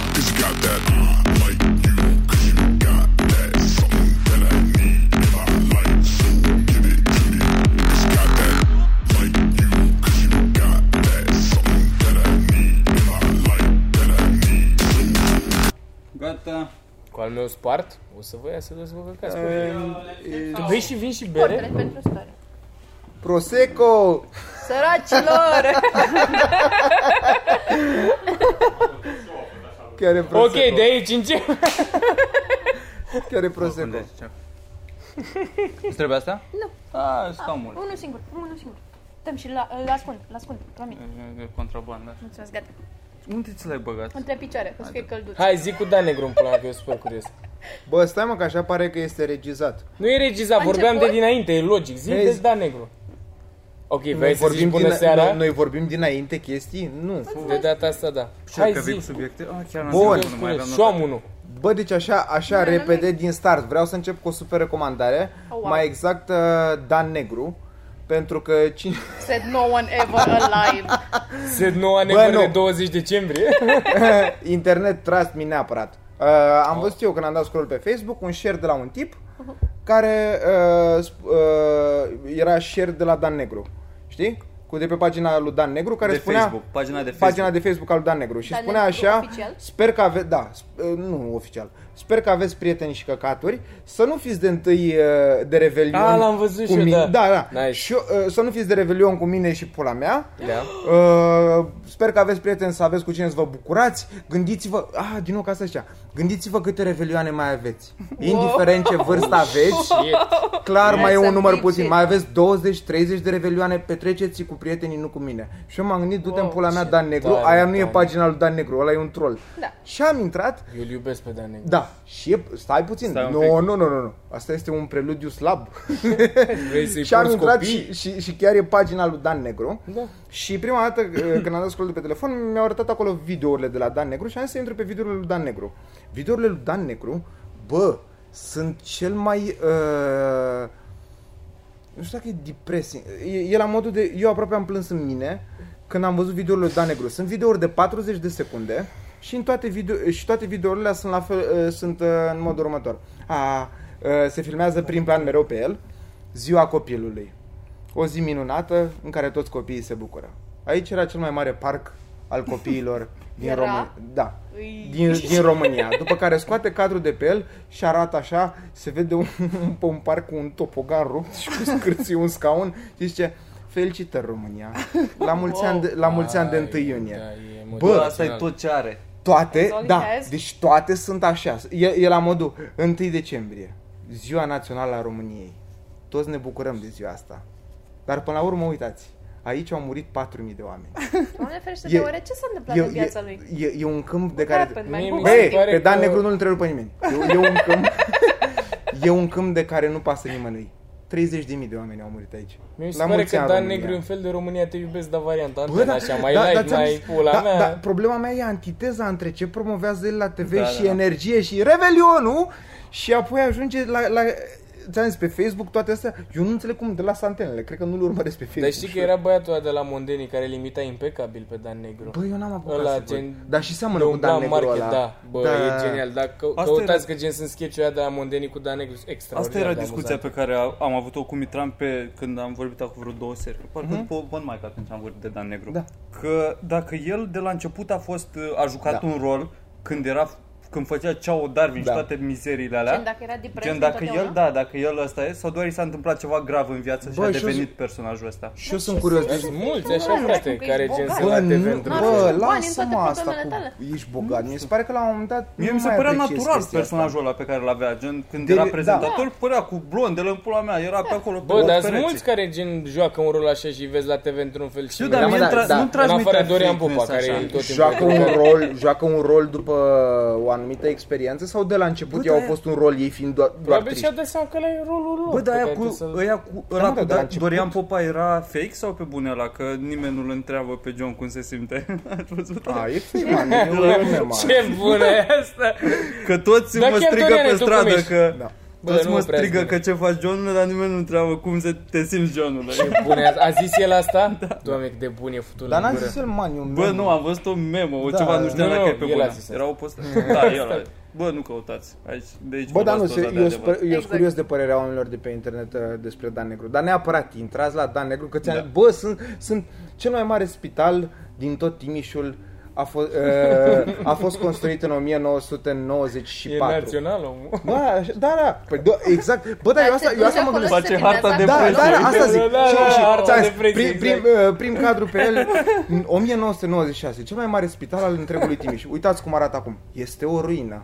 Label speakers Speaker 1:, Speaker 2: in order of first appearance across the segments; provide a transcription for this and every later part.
Speaker 1: cause you got that. I like you cause you got that. Something that I need and I like, so give it to me. Cause you got that. Like you cause you got that. Something that I need and I like, that I need.
Speaker 2: Gata.
Speaker 3: Cu al meu spart, o să vă ia să dați vă căcați.
Speaker 4: E,
Speaker 3: Vei și vin și bere?
Speaker 5: Portret pentru story.
Speaker 4: Prosecco!
Speaker 5: Săracilor!
Speaker 4: Chiar e
Speaker 3: Ok,
Speaker 4: Prosecco.
Speaker 3: de aici încep.
Speaker 4: Chiar e Prosecco.
Speaker 2: Îți trebuie asta?
Speaker 5: Nu.
Speaker 2: A, scaunul.
Speaker 5: Unul singur, unul singur. Dăm și la, îl ascund, îl ascund, promit.
Speaker 2: Contrabanda.
Speaker 5: Mulțumesc, gata.
Speaker 2: Unde ți l-ai băgat?
Speaker 5: Între picioare, o să fie călduț.
Speaker 3: Hai, zic cu Dan Negru în plan, că eu sunt super curios.
Speaker 4: Bă, stai mă că așa pare că este regizat.
Speaker 3: Nu e regizat,
Speaker 5: A
Speaker 3: vorbeam de
Speaker 5: început?
Speaker 3: dinainte, e logic. Zi
Speaker 4: Vezi?
Speaker 3: de Dan Negru. Ok, vrei să zici bună
Speaker 4: dina-
Speaker 3: seara?
Speaker 4: noi, noi vorbim dinainte chestii? Nu.
Speaker 3: De data asta, da.
Speaker 2: Hai
Speaker 3: Hai
Speaker 2: că vei cu
Speaker 3: zi.
Speaker 2: subiecte. Ah, chiar n-am
Speaker 4: Bun.
Speaker 2: zis, nu mai aveam
Speaker 3: Și
Speaker 2: notat.
Speaker 3: am unul.
Speaker 4: Bă, deci așa, așa
Speaker 5: Nu, nu, nu.
Speaker 4: repede din start. Vreau să încep cu o super recomandare.
Speaker 5: Oh, wow.
Speaker 4: Mai exact uh, Dan Negru. Pentru că cine...
Speaker 5: Said no one ever alive.
Speaker 3: Se noua
Speaker 4: nu.
Speaker 3: negru de 20 decembrie.
Speaker 4: Internet trust me neapărat. Uh,
Speaker 3: Oh.
Speaker 4: am văzut eu când am dat scroll pe Facebook un share de la un tip
Speaker 5: Uh-huh.
Speaker 4: care uh, sp- uh, era share de la Dan Negru. Știi? Cu de pe pagina lui Dan Negru care
Speaker 2: De
Speaker 4: spunea
Speaker 2: Facebook, pagina de
Speaker 4: pagina
Speaker 2: Facebook.
Speaker 4: de Facebook al lui Dan Negru și
Speaker 5: Dan
Speaker 4: spunea
Speaker 5: Negru
Speaker 4: așa
Speaker 5: oficial?
Speaker 4: Sper că aveți, da, sp- uh, nu oficial. Sper că aveți prieteni și căcaturi, să nu fiți de întâi uh, de revelion.
Speaker 3: Ah, l-am văzut
Speaker 4: cu
Speaker 3: și eu,
Speaker 4: mine.
Speaker 3: da.
Speaker 4: da, da.
Speaker 3: Nice.
Speaker 4: Și, uh, să nu fiți de revelion cu mine și pula mea.
Speaker 3: Da.
Speaker 4: Uh, sper că aveți prieteni, să aveți cu cine să vă bucurați. Gândiți-vă, ah, din nou ca asta așa. Gândiți-vă câte revelioane mai aveți. Indiferent ce vârstă aveți, clar mai e un
Speaker 5: That's
Speaker 4: număr
Speaker 5: some deep
Speaker 4: puțin.
Speaker 5: shit.
Speaker 4: Mai aveți 20-30 de revelioane, petreceți cu prietenii, nu cu mine. Și eu m-am gândit, du-te în
Speaker 5: Wow,
Speaker 4: pula mea
Speaker 5: shit.
Speaker 4: Dan Negru,
Speaker 3: Da,
Speaker 4: aia
Speaker 3: da,
Speaker 4: nu e
Speaker 3: da.
Speaker 4: pagina lui Dan Negru, ăla e un troll.
Speaker 5: Da.
Speaker 4: Și am intrat,
Speaker 3: Eu îl iubesc pe Dan Negru.
Speaker 4: da, și e, stai puțin,
Speaker 2: Stai un
Speaker 4: nu,
Speaker 2: pic.
Speaker 4: nu, nu, nu, nu, asta este un preludiu slab.
Speaker 3: Vrei să-i
Speaker 4: și am
Speaker 3: porți
Speaker 4: intrat
Speaker 3: copii?
Speaker 4: și, și, și chiar e pagina lui Dan Negru.
Speaker 3: Da.
Speaker 4: Și prima dată uh, când am dat scroll de pe telefon, mi-au arătat acolo videourile de la Dan Negru și am zis să intru pe videourile lui Dan Negru. Videourile lui Dan Negru, bă, sunt cel mai... Uh, nu știu dacă e depressing. E, e la modul de... Eu aproape am plâns în mine când am văzut videourile lui Dan Negru. Sunt videouri de 40 de secunde și în toate video și toate videourile alea sunt la fel, uh, sunt uh, în modul următor. A, uh, se filmează prin plan mereu pe el. Ziua copilului. O zi minunată în care toți copiii se bucură. Aici era cel mai mare parc al copiilor din
Speaker 5: Era?
Speaker 4: România. Da
Speaker 5: Ui.
Speaker 4: din, din România. După care scoate cadrul de pe el și arată așa, se vede un, pe un parc cu un topogan rupt și cu scârții un scaun și zice Felicitări România! La mulți, wow. ani, de, la Da, mulți ani de 1 iunie.
Speaker 3: Da, e
Speaker 2: Bă,
Speaker 3: motivațional.
Speaker 2: asta e tot ce are.
Speaker 4: Toate,
Speaker 5: That's all it
Speaker 4: da,
Speaker 5: has.
Speaker 4: deci toate sunt așa. E, e la modul 1 decembrie, ziua națională a României. Toți ne bucurăm de ziua asta. Dar până la urmă, uitați, aici au murit 4.000 de oameni.
Speaker 5: Doamne ferește,
Speaker 4: E-
Speaker 5: de oare ce s-a întâmplat în viața
Speaker 4: e,
Speaker 2: Da.
Speaker 5: lui?
Speaker 4: e, e un câmp de
Speaker 5: What
Speaker 4: care...
Speaker 5: happened,
Speaker 3: Mie
Speaker 5: my
Speaker 3: mi
Speaker 5: boy?
Speaker 3: se
Speaker 4: Băi,
Speaker 3: pare
Speaker 4: pe Dan
Speaker 3: că-
Speaker 4: Negru nu-l întreb pe nimeni. E, e un câmp... e un câmp de care nu pasă nimănui. 30.000 de oameni au murit aici.
Speaker 3: Mi se
Speaker 4: La
Speaker 3: pare
Speaker 4: mulți
Speaker 3: că
Speaker 4: ani,
Speaker 3: Dan
Speaker 4: România.
Speaker 3: Negru e un fel de România te iubesc, dar varianta
Speaker 4: Bă,
Speaker 3: Antena,
Speaker 4: da,
Speaker 3: așa, mai
Speaker 4: da,
Speaker 3: light,
Speaker 4: da, ți-am
Speaker 3: mai
Speaker 4: zis.
Speaker 3: pula
Speaker 4: da,
Speaker 3: mea.
Speaker 4: da, problema mea e antiteza între ce promovează el la TV
Speaker 2: Da,
Speaker 4: și
Speaker 2: da, da.
Speaker 4: energie și revelionul și apoi ajunge la... la Ți-am zis, pe Facebook toate astea, eu nu înțeleg cum de las antenele, cred că nu-l urmăresc pe Facebook.
Speaker 3: Dar știi că era băiatul ăla de la Mondeni care limita impecabil pe Dan Negru.
Speaker 4: Bă, eu n-am apucat
Speaker 3: Ăla
Speaker 4: să gen...
Speaker 3: gen-
Speaker 4: Dar și seamănă
Speaker 3: De
Speaker 4: cu
Speaker 3: un
Speaker 4: Dan
Speaker 3: Dan
Speaker 4: Negru
Speaker 3: Market,
Speaker 4: ăla.
Speaker 3: da. Bă, e genial. Dacă
Speaker 2: Asta
Speaker 3: căutați că gen sunt sketch-ul ăla de la Mondeni cu Dan Negru,
Speaker 2: Asta
Speaker 3: extraordinar
Speaker 2: era
Speaker 3: de
Speaker 2: discuția
Speaker 3: amuzant.
Speaker 2: pe care a- am avut-o cu Mitran pe când am vorbit acum vreo două seri. Parcă mm-hmm. după Bun Mike atunci am vorbit de Dan Negru.
Speaker 4: Mhm. Da.
Speaker 2: Că dacă el de la început a fost uh, a jucat
Speaker 4: Da.
Speaker 2: un rol când era când făcea Ceau Darwin
Speaker 4: Da.
Speaker 2: și toate mizeriile alea.
Speaker 5: Gen, dacă era depresiv
Speaker 2: Gen dacă el,
Speaker 5: întotdeauna?
Speaker 2: da, dacă el ăsta e, sau doar i s-a întâmplat ceva grav în viață și
Speaker 4: Bă,
Speaker 2: a
Speaker 4: și eu
Speaker 2: devenit personajul ăsta.
Speaker 4: Și eu sunt curios. Deci,
Speaker 3: Sunt mulți așa,
Speaker 5: Bă,
Speaker 3: frate,
Speaker 5: că
Speaker 3: care
Speaker 5: ești
Speaker 3: gen
Speaker 5: bogat.
Speaker 3: sunt la
Speaker 4: nu-
Speaker 3: TV într
Speaker 5: N-ar fi
Speaker 4: bă,
Speaker 5: bani în toate
Speaker 4: lasă-mă asta
Speaker 5: problemele tale.
Speaker 4: cu... Ești bogat. Mi se pare că la un moment dat
Speaker 2: Mie
Speaker 4: nu
Speaker 2: mi se
Speaker 4: mai
Speaker 2: părea
Speaker 4: apreciez
Speaker 2: natural
Speaker 4: chestia asta.
Speaker 2: personajul ăla pe care îl avea, gen când
Speaker 4: De-
Speaker 2: era
Speaker 4: da.
Speaker 2: prezentator, părea cu blondele în pula mea, era pe acolo pe
Speaker 3: Bă, dar
Speaker 2: pereți.
Speaker 3: sunt mulți care gen joacă un rol așa și îi vezi la TV într-un fel și
Speaker 2: Știu,
Speaker 3: merg.
Speaker 2: dar mie
Speaker 4: da,
Speaker 2: da,
Speaker 4: da.
Speaker 2: da, nu
Speaker 3: în afară
Speaker 2: transmitea
Speaker 3: Dorian Popa,
Speaker 2: fakeness
Speaker 3: care
Speaker 2: așa.
Speaker 3: e tot timpul
Speaker 4: Joacă un, rol, joacă un rol după o anumită experiență sau de la început
Speaker 2: Bă,
Speaker 4: ei au
Speaker 2: da,
Speaker 4: fost un rol, ei fiind doar, doar
Speaker 3: Probabil și-a
Speaker 4: triști?
Speaker 3: dat seama că ăla e rolul lor.
Speaker 2: Bă, dar
Speaker 3: pe
Speaker 2: aia
Speaker 3: care
Speaker 2: cu,
Speaker 3: trebuie să-l-
Speaker 2: ăia cu,
Speaker 4: mă,
Speaker 2: ăla
Speaker 4: dar
Speaker 2: cu
Speaker 4: de la
Speaker 2: da,
Speaker 4: început.
Speaker 2: Dorian Popa era fake sau pe bune ăla? Că nimeni nu-l întreabă pe John cum se simte. Ați văzut?
Speaker 4: A, e fake, man, e un meme, man.
Speaker 3: Ce bună e asta!
Speaker 2: Că toți
Speaker 3: Dar
Speaker 2: mă
Speaker 3: Da, chiar
Speaker 2: strigă
Speaker 3: Doriane,
Speaker 2: pe
Speaker 3: tu cum
Speaker 2: stradă
Speaker 3: ești?
Speaker 2: că...
Speaker 4: Da.
Speaker 3: Bă,
Speaker 2: Toți
Speaker 3: nu
Speaker 2: mă
Speaker 3: prea
Speaker 2: strigă
Speaker 3: zic.
Speaker 2: că ce faci, Johnule, dar nimeni nu întreabă cum se te simți, Johnule.
Speaker 3: Bun, a, a zis el asta? Da. Doamne, cât de bun e futul
Speaker 4: Dar
Speaker 3: în
Speaker 4: n-am
Speaker 3: gură.
Speaker 4: zis el maniu.
Speaker 2: Bă, nu, am văzut o memă, o
Speaker 4: Da.
Speaker 2: ceva, nu știu
Speaker 3: Nu,
Speaker 2: dacă
Speaker 3: nu,
Speaker 2: e pe
Speaker 3: el a
Speaker 2: bună.
Speaker 3: zis asta.
Speaker 2: Era o postă. Da, el a Bă, nu căutați. Aici, de aici
Speaker 4: Bă, dar nu,
Speaker 2: vorbați
Speaker 4: se,
Speaker 2: tot,
Speaker 4: eu,
Speaker 2: de
Speaker 4: sper, eu
Speaker 2: adevăr.
Speaker 4: sunt
Speaker 5: Exact.
Speaker 4: curios de părerea oamenilor de pe internet uh, despre Dan Negru. Dar neapărat, intrați la Dan Negru, că ți-am da. bă, sunt, sunt cel mai mare spital din tot Timișul, a, fost uh, a fost construit în
Speaker 3: E
Speaker 4: 1994.
Speaker 3: național, omul.
Speaker 4: Bă, așa, da, da, păi, da, exact. Bă, dar eu asta, eu asta mă gândesc.
Speaker 2: Face harta de
Speaker 4: Da,
Speaker 2: Depresie.
Speaker 4: da, da, asta zic.
Speaker 3: Da, da,
Speaker 4: și,
Speaker 3: da,
Speaker 4: și,
Speaker 3: harta
Speaker 4: ți-am zis,
Speaker 3: depresiei,
Speaker 4: prim, prim, uh, prim cadru pe el, în 1996, cel mai mare spital al întregului Timiș. Uitați cum arată acum. Este o ruină.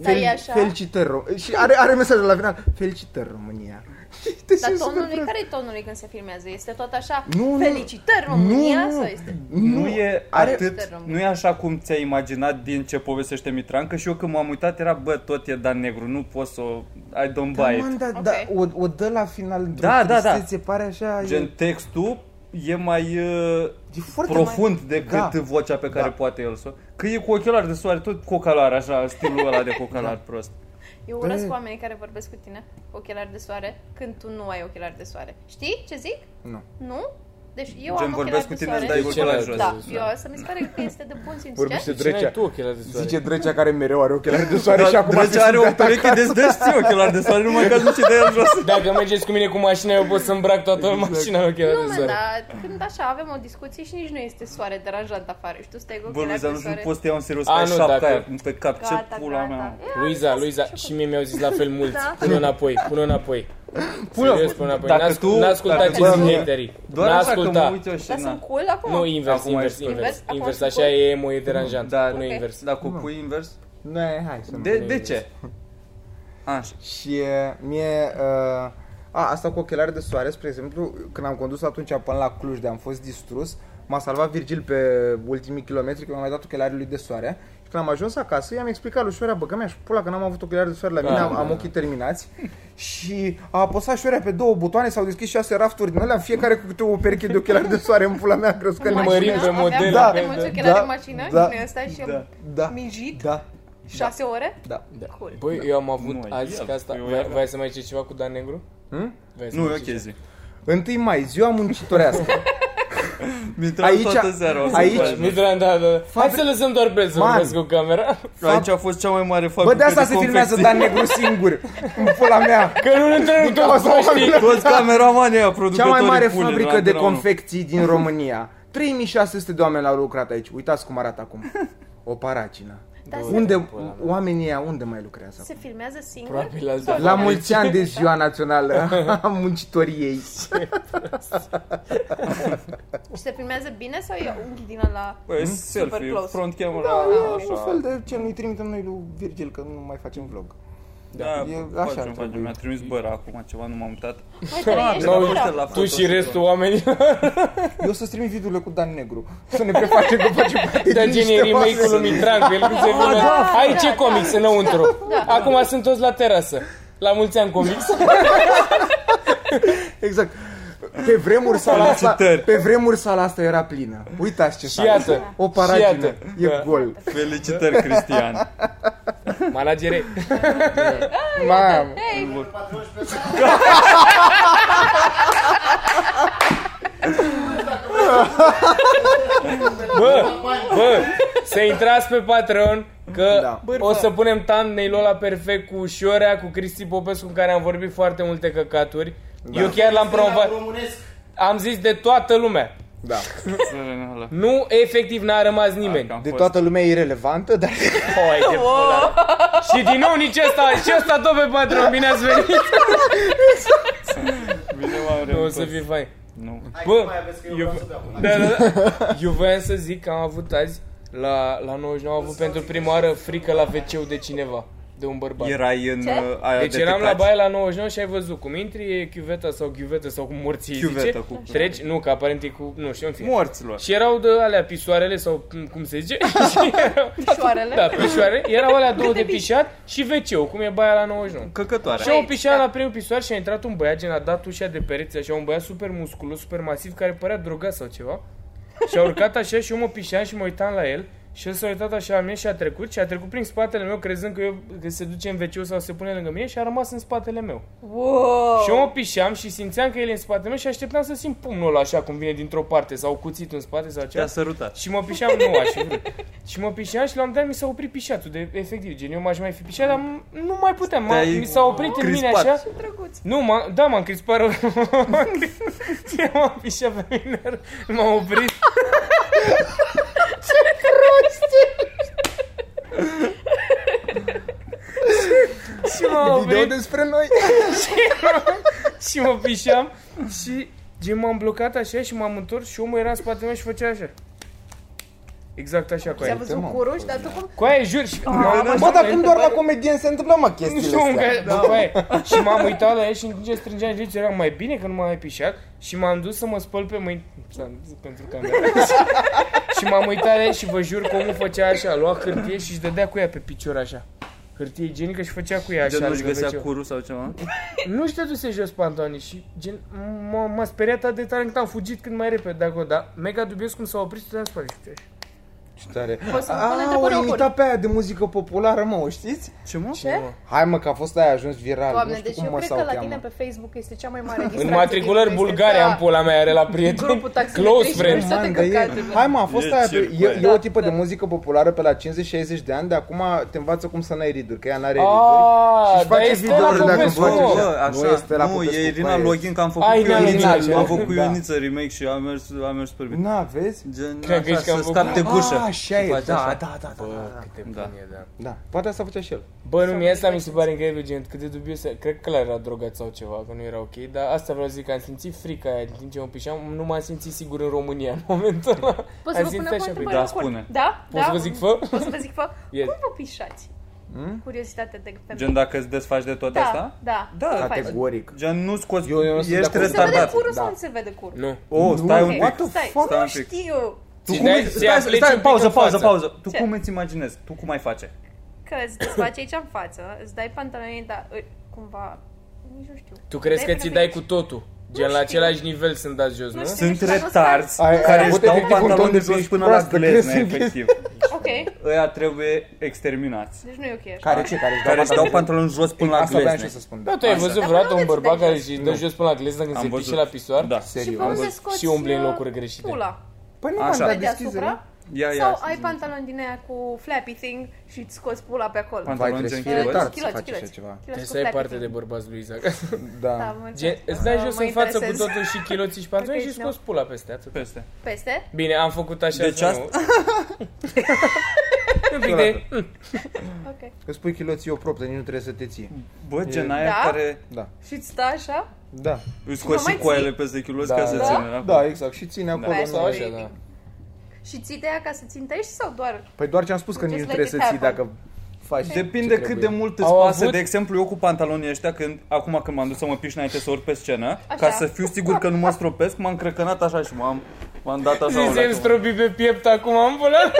Speaker 5: Dar e așa?
Speaker 4: Felicitări Rom- Și are, are mesajul la final. Felicitări România. Te
Speaker 5: Dar
Speaker 4: simți
Speaker 5: tonul
Speaker 4: super
Speaker 5: lui,
Speaker 4: prost.
Speaker 5: care e tonul lui când se filmează? Este tot așa,
Speaker 4: Nu, nu.
Speaker 5: felicitări România?
Speaker 4: Nu, nu.
Speaker 5: Sau este?
Speaker 2: Nu, e
Speaker 4: are-
Speaker 2: atât, nu e așa cum ți-ai imaginat din ce povestește Mitran, că și eu când m-am uitat era, bă, tot e Dan Negru, nu poți să o... I don't
Speaker 4: Da,
Speaker 2: buy
Speaker 4: mă,
Speaker 2: it.
Speaker 4: da,
Speaker 5: Ok.
Speaker 4: da, o, o dă la final într-o
Speaker 2: Da, da, da.
Speaker 4: tristețe, pare așa...
Speaker 2: Gen,
Speaker 4: e,
Speaker 2: textul e mai uh,
Speaker 4: e foarte
Speaker 2: profund
Speaker 4: mai...
Speaker 2: decât
Speaker 4: Da.
Speaker 2: vocea pe care
Speaker 4: Da.
Speaker 2: poate el să o- Că e cu ochelari de soare, tot cocalar, așa, stilul ăla de cocalar
Speaker 5: Da.
Speaker 2: prost.
Speaker 5: Eu urăsc oamenii care vorbesc cu tine cu ochelari de soare când tu nu ai ochelari de soare. Știi ce zic?
Speaker 4: Nu.
Speaker 5: Nu? Deci eu
Speaker 2: Gen,
Speaker 5: am
Speaker 2: vorbesc
Speaker 5: ochelari
Speaker 2: cu
Speaker 5: de
Speaker 2: tine,
Speaker 5: soare.
Speaker 2: îți
Speaker 3: De
Speaker 2: dai
Speaker 3: ce
Speaker 2: ochelari
Speaker 3: n-ai
Speaker 2: jos.
Speaker 5: Da,
Speaker 3: de soare?
Speaker 5: eu asta mi se pare că este de bun simț. Ce?
Speaker 4: Vorbește
Speaker 3: Și n-ai
Speaker 4: Drecea.
Speaker 3: tu ochelari de soare.
Speaker 4: Zice Drecea care mereu are ochelari de soare și
Speaker 2: Dar
Speaker 4: acum se
Speaker 2: Drăgea Da, are
Speaker 4: simte
Speaker 2: o pereche de zdăți ochelari de soare, numai că nu și de el jos.
Speaker 3: Dacă mergeți cu mine cu mașina, eu pot să îmbrac toată mașina în
Speaker 5: Nu,
Speaker 3: ochelari de
Speaker 5: mă, da.
Speaker 3: soare.
Speaker 5: dar când așa avem o discuție și nici nu este soare deranjant afară și tu stai cu
Speaker 2: Bă,
Speaker 5: ochelari
Speaker 2: Luiza,
Speaker 5: de
Speaker 2: nu știu, nu
Speaker 5: soare.
Speaker 2: poți să te iau în serios,
Speaker 3: A,
Speaker 2: că ai
Speaker 3: nu,
Speaker 2: șapca
Speaker 3: dacă-
Speaker 2: aia pe cap, ce
Speaker 5: Gata,
Speaker 2: pula mea.
Speaker 5: gata. Ia,
Speaker 3: Luiza, Luiza, și mie mi-au zis la fel mulți.
Speaker 5: Da.
Speaker 3: Pune-o înapoi, pune-o înapoi.
Speaker 4: Pune-o.
Speaker 3: Serios, pune-o înapoi.
Speaker 2: Dacă
Speaker 3: N-ascult-
Speaker 2: tu-
Speaker 3: N-asculta
Speaker 2: dacă
Speaker 3: ce
Speaker 4: tu-
Speaker 3: zic haterii.
Speaker 2: Doar așa că mă
Speaker 3: N-asculta.
Speaker 2: uit eu și
Speaker 5: Dar
Speaker 2: na.
Speaker 5: sunt cool acum?
Speaker 3: Nu, invers,
Speaker 2: Acum
Speaker 3: invers,
Speaker 2: ești
Speaker 3: invers.
Speaker 5: cool.
Speaker 3: Invers,
Speaker 5: Acum
Speaker 3: așa
Speaker 5: ești
Speaker 3: e emo, e deranjant.
Speaker 2: Da,
Speaker 3: Pune
Speaker 5: ok.
Speaker 3: invers.
Speaker 2: Dacă o pui invers,
Speaker 4: Nu, hai să nu.
Speaker 2: de, de ce? Așa.
Speaker 4: Și e, mie... Uh, a, asta cu ochelari de soare, spre exemplu, când am condus atunci până la Cluj de am fost distrus, m-a salvat Virgil pe ultimii kilometri, că mi-am mai dat ochelarii lui de soare. Și când am ajuns acasă, i-am explicat lui Șorea, băgă mea și pula că n-am avut ochelari de soare la mine,
Speaker 3: Da,
Speaker 4: am,
Speaker 3: da,
Speaker 4: am
Speaker 3: da.
Speaker 4: ochii terminați. Și a apăsat Șorea pe două butoane, s-au deschis șase rafturi din alea, fiecare cu câte o pereche de ochelari de soare în pula mea, a crezut că
Speaker 5: În
Speaker 4: ne
Speaker 3: mărim
Speaker 5: mașină?
Speaker 3: pe
Speaker 5: Aveam
Speaker 3: model,
Speaker 5: foarte
Speaker 3: da,
Speaker 5: mulți
Speaker 4: da,
Speaker 5: ochelari
Speaker 4: da,
Speaker 5: în mașină
Speaker 4: da,
Speaker 5: și noi asta și
Speaker 2: da.
Speaker 5: am
Speaker 4: Da,
Speaker 5: mijit
Speaker 4: da,
Speaker 5: șase ore.
Speaker 4: da.
Speaker 3: Da.
Speaker 5: Cool.
Speaker 3: Băi, eu am avut
Speaker 2: Nu,
Speaker 3: azi
Speaker 2: el,
Speaker 3: că asta...
Speaker 2: eu Hm?
Speaker 3: Vrei-
Speaker 2: aveam.
Speaker 3: Vrei să mai zici ceva cu Dan Negru?
Speaker 4: Hmm?
Speaker 3: Vrei să
Speaker 2: Nu,
Speaker 3: mai
Speaker 2: e
Speaker 3: zici
Speaker 2: ok
Speaker 3: ceva?
Speaker 2: zi.
Speaker 4: 1 mai, ziua muncitorească.
Speaker 2: Mi
Speaker 4: Aici-
Speaker 2: aici, toată seara. o să
Speaker 4: aici-
Speaker 2: faci.
Speaker 3: Mitran, da, da. Hai să lăsăm doar pe să
Speaker 4: Man.
Speaker 3: vorbesc cu camera.
Speaker 2: aici a fost cea mai mare fabrică
Speaker 4: Bă, de asta se
Speaker 2: confecții.
Speaker 4: filmează da. Dan Negru singur, în pula mea.
Speaker 3: Că nu ne întâlnim
Speaker 4: Din cauza
Speaker 3: toți
Speaker 4: oamenilor.
Speaker 3: știi.
Speaker 2: Toți cameramanii aia,
Speaker 4: Cea
Speaker 2: producătorii
Speaker 4: mai mare
Speaker 2: pune
Speaker 4: fabrică de
Speaker 2: Antena 1.
Speaker 4: confecții din România. 3600 de oameni au lucrat aici. Uitați cum arată acum. O paracină.
Speaker 5: Dar Da, se-
Speaker 4: Unde, oamenii ăia, unde mai lucrează acum?
Speaker 5: Se filmează singur?
Speaker 3: Probabil azi de
Speaker 4: La mulți ani de ziua națională a muncitoriei. Da,
Speaker 5: Și se filmează bine sau e unghi din la...
Speaker 3: Da,
Speaker 2: Păi,
Speaker 5: Mm? Super
Speaker 2: selfie,
Speaker 5: close.
Speaker 2: front camera.
Speaker 5: e
Speaker 4: da, Un fel de ce nu-i trimitem noi lui Virgil, că nu mai facem vlog.
Speaker 2: Da,
Speaker 4: E
Speaker 2: facem,
Speaker 4: așa ar
Speaker 2: facem.
Speaker 4: trebui.
Speaker 2: Mi-a trimis băra acum ceva, nu m-am uitat.
Speaker 5: Mai trăiești
Speaker 2: Noi-
Speaker 5: acolo?
Speaker 2: la
Speaker 3: Tu
Speaker 2: foto,
Speaker 3: și restul oamenilor
Speaker 4: Eu o să-ți trimit videourile cu Dan Negru. Să ne prefacem că facem parte
Speaker 3: de
Speaker 4: din
Speaker 3: genii
Speaker 4: niște
Speaker 3: remake
Speaker 4: oameni.
Speaker 3: lui Mitran, că el nu se filmează. Ai ce comics înăuntru. Acum sunt toți la terasă. La mulți ani comics.
Speaker 4: Exact. Pe vremuri sala asta,
Speaker 2: Felicitări.
Speaker 4: pe vremuri sala asta era plină. Uitați ce sală.
Speaker 3: iată,
Speaker 4: O
Speaker 3: și
Speaker 4: paragină.
Speaker 3: iată.
Speaker 4: E
Speaker 3: Da.
Speaker 4: gol.
Speaker 2: Felicitări, Cristian.
Speaker 3: Managere.
Speaker 4: Mamă.
Speaker 3: Bă, bă, să intrați pe Patreon că
Speaker 4: Da.
Speaker 3: o să punem thumbnail-ul ăla perfect cu Șorea, cu Cristi Popescu, cu care am vorbit foarte multe căcaturi. Eu chiar l-am promovat. Am zis de toată lumea.
Speaker 4: Da.
Speaker 2: Serenala.
Speaker 3: Nu, efectiv, n-a rămas nimeni.
Speaker 2: Că am
Speaker 4: De
Speaker 2: fost-
Speaker 4: toată lumea e irelevantă, dar
Speaker 3: Hai de pula. Și din nou nici ăsta, și ăsta tot pe Patreon, bine ați venit.
Speaker 2: Bine
Speaker 3: O
Speaker 2: m-am
Speaker 3: să
Speaker 2: reîntors.
Speaker 3: fie fain.
Speaker 2: Nu.
Speaker 3: Bă, eu, da, da, da. eu voiam să zic că am avut azi, la, la 99, am avut pentru prima oară frică la wc de cineva, de un bărbat.
Speaker 2: Erai în
Speaker 5: Ce?
Speaker 2: uh, aia
Speaker 3: Deci
Speaker 2: de
Speaker 3: eram
Speaker 2: pe
Speaker 3: la
Speaker 2: caci.
Speaker 3: baie la 99 și ai văzut cum intri, e chiuveta sau chiuvetă sau cum morții îi
Speaker 2: Chiuvetă
Speaker 3: zice,
Speaker 2: cu-
Speaker 3: treci, nu, că aparent e cu, nu știu, în fine.
Speaker 2: Morților.
Speaker 3: Și erau de alea pisoarele sau cum, cum se zice și erau,
Speaker 5: Pișoarele?
Speaker 3: Da, pișoare Erau alea două de pișat și wc cum e baia la 99
Speaker 2: Căcătoare.
Speaker 3: și au
Speaker 5: Aici,
Speaker 3: pișat
Speaker 5: da.
Speaker 3: la primul pisoar și a intrat un băiat, gen a dat ușa de pereți, așa, un băiat super musculos, super masiv, care părea drogat sau ceva. Și a urcat așa și eu mă pișeam și mă uitam la el Și el s-a uitat așa la mine și a trecut și a trecut prin spatele meu crezând că, eu, că se duce în wc sau se pune lângă mine și a rămas în spatele meu.
Speaker 5: Wow!
Speaker 3: Și eu mă pișeam și simțeam că el e în spatele meu și așteptam să simt pumnul ăla așa cum vine dintr-o parte sau cuțitul în spate sau
Speaker 2: Te-a
Speaker 3: ceva.
Speaker 2: sărutat.
Speaker 3: Și mă pișeam, nu aș fi vrut. Și mă pișeam și la un moment dat mi s-a oprit pișatul, de, efectiv, gen, eu m-aș mai fi pișat, dar m- nu mai puteam, m-a,
Speaker 2: Te-ai
Speaker 3: mi s-a oprit în mine
Speaker 2: crispat.
Speaker 3: așa.
Speaker 5: Drăguț.
Speaker 3: Nu, m-a, da, m-am crispat rău. M-am crispat. Ce m-am pișat pe mine, m-a oprit. Ce prostie! și m-a
Speaker 4: Video
Speaker 3: oprit
Speaker 4: despre noi.
Speaker 3: și mă pișeam și gen m-am blocat așa și m-am întors și omul era în spatele meu și făcea așa. Exact așa cu
Speaker 5: Ți-a
Speaker 3: aia.
Speaker 4: Păi, mă, păi, da.
Speaker 5: văzut curul și dar tu cum?
Speaker 3: Cu aia, jur, și...
Speaker 5: Ah,
Speaker 3: m-am
Speaker 4: Bă,
Speaker 3: așa-
Speaker 4: dar cum doar la comedieni se întâmplă, mă, chestiile
Speaker 3: nu știu cum
Speaker 4: astea?
Speaker 3: că, da. bă, și m-am uitat la el și în timp ce strângea în genunchi, eram mai bine că nu m-am mai pișat și m-am dus să mă spăl pe mâini S-am zis pentru camera și m-am uitat la el și vă jur că omul făcea așa, lua hârtie și își dădea cu ea pe picior așa hârtie igienică și făcea cu ea așa
Speaker 2: Gen nu-și
Speaker 3: lângă
Speaker 2: găsea
Speaker 3: WC.
Speaker 2: curul sau ceva?
Speaker 3: Nu știu duse jos pantaloni și gen, m-a, m-a speriat atât de tare încât am fugit cât mai repede de acolo, dar mega dubios cum s-a oprit și stăteam în spate.
Speaker 4: Ce tare.
Speaker 5: Poți să-mi pun
Speaker 4: A, o
Speaker 5: întrebări
Speaker 4: imita pe aia de muzică populară, mă, o știți?
Speaker 2: Ce mă?
Speaker 5: Ce?
Speaker 4: Hai mă, că a fost aia a ajuns viral. nu
Speaker 5: Doamne,
Speaker 4: știu
Speaker 5: deci
Speaker 4: cum
Speaker 5: eu
Speaker 4: mă
Speaker 5: cred
Speaker 4: sau
Speaker 5: că la
Speaker 4: cheamă.
Speaker 5: tine pe Facebook este cea mai mare distracție.
Speaker 3: În
Speaker 5: din
Speaker 3: matriculări
Speaker 5: peste-
Speaker 3: bulgare
Speaker 5: da.
Speaker 3: am pula mea, are la prieteni,
Speaker 5: Grupul taximetriști
Speaker 3: close
Speaker 5: care
Speaker 3: friends.
Speaker 5: s-a de
Speaker 4: Man, dar e-
Speaker 5: căcaturi, bă.
Speaker 4: Hai mă, a fost
Speaker 2: E
Speaker 4: aia,
Speaker 2: circ,
Speaker 4: e,
Speaker 2: bă.
Speaker 4: e, o
Speaker 5: Da,
Speaker 4: tipă de
Speaker 5: da.
Speaker 4: muzică populară pe la 50-60 de ani, de acum te învață cum să n-ai riduri, că ea n-are riduri.
Speaker 3: Ah,
Speaker 4: Și-și
Speaker 3: dar
Speaker 4: face
Speaker 3: este
Speaker 4: videouri
Speaker 3: la
Speaker 4: dacă
Speaker 3: povesti,
Speaker 4: îmi place.
Speaker 3: mă.
Speaker 4: Bă,
Speaker 2: așa.
Speaker 4: nu este la
Speaker 2: nu,
Speaker 4: Popescu,
Speaker 2: e Irina
Speaker 4: bă, e-
Speaker 2: Login, că am făcut
Speaker 3: Ai,
Speaker 2: cu
Speaker 3: Irina
Speaker 2: Ioniță,
Speaker 3: Login,
Speaker 2: am făcut cu
Speaker 4: da.
Speaker 2: Ioniță remake și a mers, a mers super bine.
Speaker 4: Na, vezi?
Speaker 2: Gen,
Speaker 3: Cred că
Speaker 2: așa,
Speaker 3: ești că am
Speaker 2: să
Speaker 3: făcut-
Speaker 2: scap de gușă.
Speaker 4: Ah, așa e,
Speaker 2: Și faci
Speaker 4: da,
Speaker 2: așa.
Speaker 4: da, da, da, da, da.
Speaker 3: Câte
Speaker 2: Da.
Speaker 3: pânie, da.
Speaker 4: Da, poate asta făcea și el.
Speaker 3: Bă, nu, mie asta mi se pare incredibil, gen, cât de dubios, cred că la era drogat sau ceva, că nu era ok, dar asta vreau să zic, am simțit frica aia din timp ce mă pișeam, nu m-am simțit sigur în România în momentul ăla.
Speaker 5: Poți să
Speaker 3: Am
Speaker 5: vă pun
Speaker 3: simțit
Speaker 5: acum
Speaker 3: așa frică.
Speaker 2: Da,
Speaker 5: întrebări la curt.
Speaker 2: spune.
Speaker 5: Da?
Speaker 3: Poți
Speaker 5: da?
Speaker 3: să vă zic, fă?
Speaker 5: Poți să vă zic, fă?
Speaker 3: Yes. Hmm?
Speaker 5: Cum vă pișați? Curiozitate de pentru...
Speaker 2: Gen, dacă îți desfaci de tot
Speaker 5: da,
Speaker 2: asta?
Speaker 5: da,
Speaker 2: Da,
Speaker 5: da, da,
Speaker 4: Categoric.
Speaker 2: Gen, nu scoți,
Speaker 4: Eu- eu nu sunt de
Speaker 2: ești
Speaker 4: acord.
Speaker 5: Se vede
Speaker 2: retardat.
Speaker 5: curul sau
Speaker 4: Da.
Speaker 5: nu se vede curul?
Speaker 3: Nu.
Speaker 2: Oh, stai
Speaker 4: Nu,
Speaker 2: un
Speaker 4: what
Speaker 2: pic.
Speaker 4: the
Speaker 5: Stai,
Speaker 4: fuck?
Speaker 2: Stai
Speaker 5: nu
Speaker 2: un pic.
Speaker 5: știu
Speaker 2: Tu
Speaker 3: Ți
Speaker 2: cum
Speaker 3: dai-
Speaker 2: îți-
Speaker 3: ți
Speaker 2: stai,
Speaker 3: aplici
Speaker 2: stai,
Speaker 3: un pic
Speaker 2: pauză,
Speaker 3: în
Speaker 2: pauză,
Speaker 3: față.
Speaker 2: pauză. Tu
Speaker 5: Ce?
Speaker 2: cum îți imaginezi? Tu cum ai face?
Speaker 5: că îți desfaci aici în față, îți dai pantalonii, dar îi- cumva, nici nu știu.
Speaker 3: Tu crezi
Speaker 5: Dai
Speaker 3: că ți
Speaker 5: până
Speaker 3: dai
Speaker 5: pe-
Speaker 3: cu totul? Gen, la
Speaker 5: știu.
Speaker 3: același nivel sunt dați jos, nu?
Speaker 5: știu.
Speaker 2: Sunt
Speaker 5: Deci, dacă
Speaker 2: retarzi
Speaker 5: stai-
Speaker 4: Ai- ai
Speaker 2: care își
Speaker 4: avut
Speaker 2: dau
Speaker 4: efectiv un ton
Speaker 2: pantaloni
Speaker 4: de
Speaker 2: de jos
Speaker 4: ești
Speaker 2: până la
Speaker 4: proastă,
Speaker 2: glezne,
Speaker 4: crezi?
Speaker 2: efectiv.
Speaker 5: Ok,
Speaker 2: Ăia trebuie exterminați.
Speaker 5: deci nu e ok așa.
Speaker 4: Care ce? Care își Păi,
Speaker 2: Care își dau pantaloni jos până la
Speaker 4: Asta vreau și
Speaker 2: glezne.
Speaker 4: eu să spun.
Speaker 3: Da,
Speaker 4: Da.
Speaker 3: tu ai văzut
Speaker 5: Dar
Speaker 3: vreodată
Speaker 5: până
Speaker 3: un
Speaker 5: unde
Speaker 3: bărbat
Speaker 5: ți dai
Speaker 3: care își dă jos până la gleznă când
Speaker 2: Am
Speaker 3: se
Speaker 2: văzut.
Speaker 3: pișe la pisoar?
Speaker 2: Da.
Speaker 5: Și
Speaker 4: Serios.
Speaker 5: pe unde
Speaker 3: văzut.
Speaker 5: scoți
Speaker 3: Și umbli în
Speaker 5: uh,
Speaker 3: locuri greșite. Da.
Speaker 5: Pula.
Speaker 4: Păi nu,
Speaker 2: Așa.
Speaker 4: mă, dar
Speaker 5: Pe
Speaker 4: deschizi
Speaker 5: deasupra?
Speaker 2: Ia, ia.
Speaker 5: Sau ai pantaloni din aia cu flappy thing și îți scoți pula pe acolo. Ă,
Speaker 2: Pantaloni
Speaker 4: Vai, trebuie să
Speaker 2: gen
Speaker 4: fii
Speaker 2: chiloți.
Speaker 4: retard să
Speaker 5: Chiloți,
Speaker 4: faci așa
Speaker 5: chiloți.
Speaker 4: ceva.
Speaker 5: Chiloți
Speaker 3: Trebuie
Speaker 5: cu
Speaker 3: să ai
Speaker 5: flappy
Speaker 3: parte de
Speaker 5: thing.
Speaker 3: bărbați lui Isaac.
Speaker 5: Da,
Speaker 4: Da.
Speaker 5: mă
Speaker 3: Gen,
Speaker 5: înțeleg.
Speaker 3: îți dai
Speaker 5: Mă
Speaker 3: jos în față cu
Speaker 5: interesez.
Speaker 3: totul și chiloții și pantaloni
Speaker 5: Ok,
Speaker 3: și
Speaker 5: no.
Speaker 3: scoți pula peste atât.
Speaker 2: Peste.
Speaker 5: Peste?
Speaker 3: Bine, am făcut așa.
Speaker 2: Deci
Speaker 3: să nu- Un pic de...
Speaker 5: Ok.
Speaker 4: Îți pui chiloții eu prop, dar nici nu trebuie să te ții.
Speaker 2: Bă, gen aia
Speaker 5: Da?
Speaker 2: care
Speaker 4: Da.
Speaker 5: Și ți stă așa?
Speaker 4: Da.
Speaker 2: îți scoți
Speaker 5: Mă
Speaker 2: și
Speaker 5: mai
Speaker 2: coaiele
Speaker 5: ții?
Speaker 2: peste chiloți
Speaker 4: Da.
Speaker 2: ca să
Speaker 4: Da?
Speaker 2: țină.
Speaker 4: Da, exact. Și ține acolo.
Speaker 5: Mai
Speaker 4: nu-
Speaker 3: Sau așa, da.
Speaker 5: Și ții de ea ca să țintești sau doar?
Speaker 4: Păi doar ce am spus că nici nu
Speaker 5: Just
Speaker 4: trebuie
Speaker 5: let
Speaker 4: să
Speaker 5: it
Speaker 4: ții
Speaker 5: happen.
Speaker 4: dacă faci
Speaker 2: Depinde
Speaker 4: ce
Speaker 2: cât de
Speaker 4: trebuie.
Speaker 2: mult îți
Speaker 3: Au
Speaker 2: pasă.
Speaker 3: avut-
Speaker 2: De exemplu, eu cu pantalonii ăștia, când, acum când m-am dus să mă piș înainte să urc pe scenă, ca să fiu sigur că nu mă stropesc, m-am crăcănat așa și m-am, m-am dat așa. o
Speaker 3: Ți se
Speaker 2: leacă.
Speaker 3: stropi pe piept acum, am pula?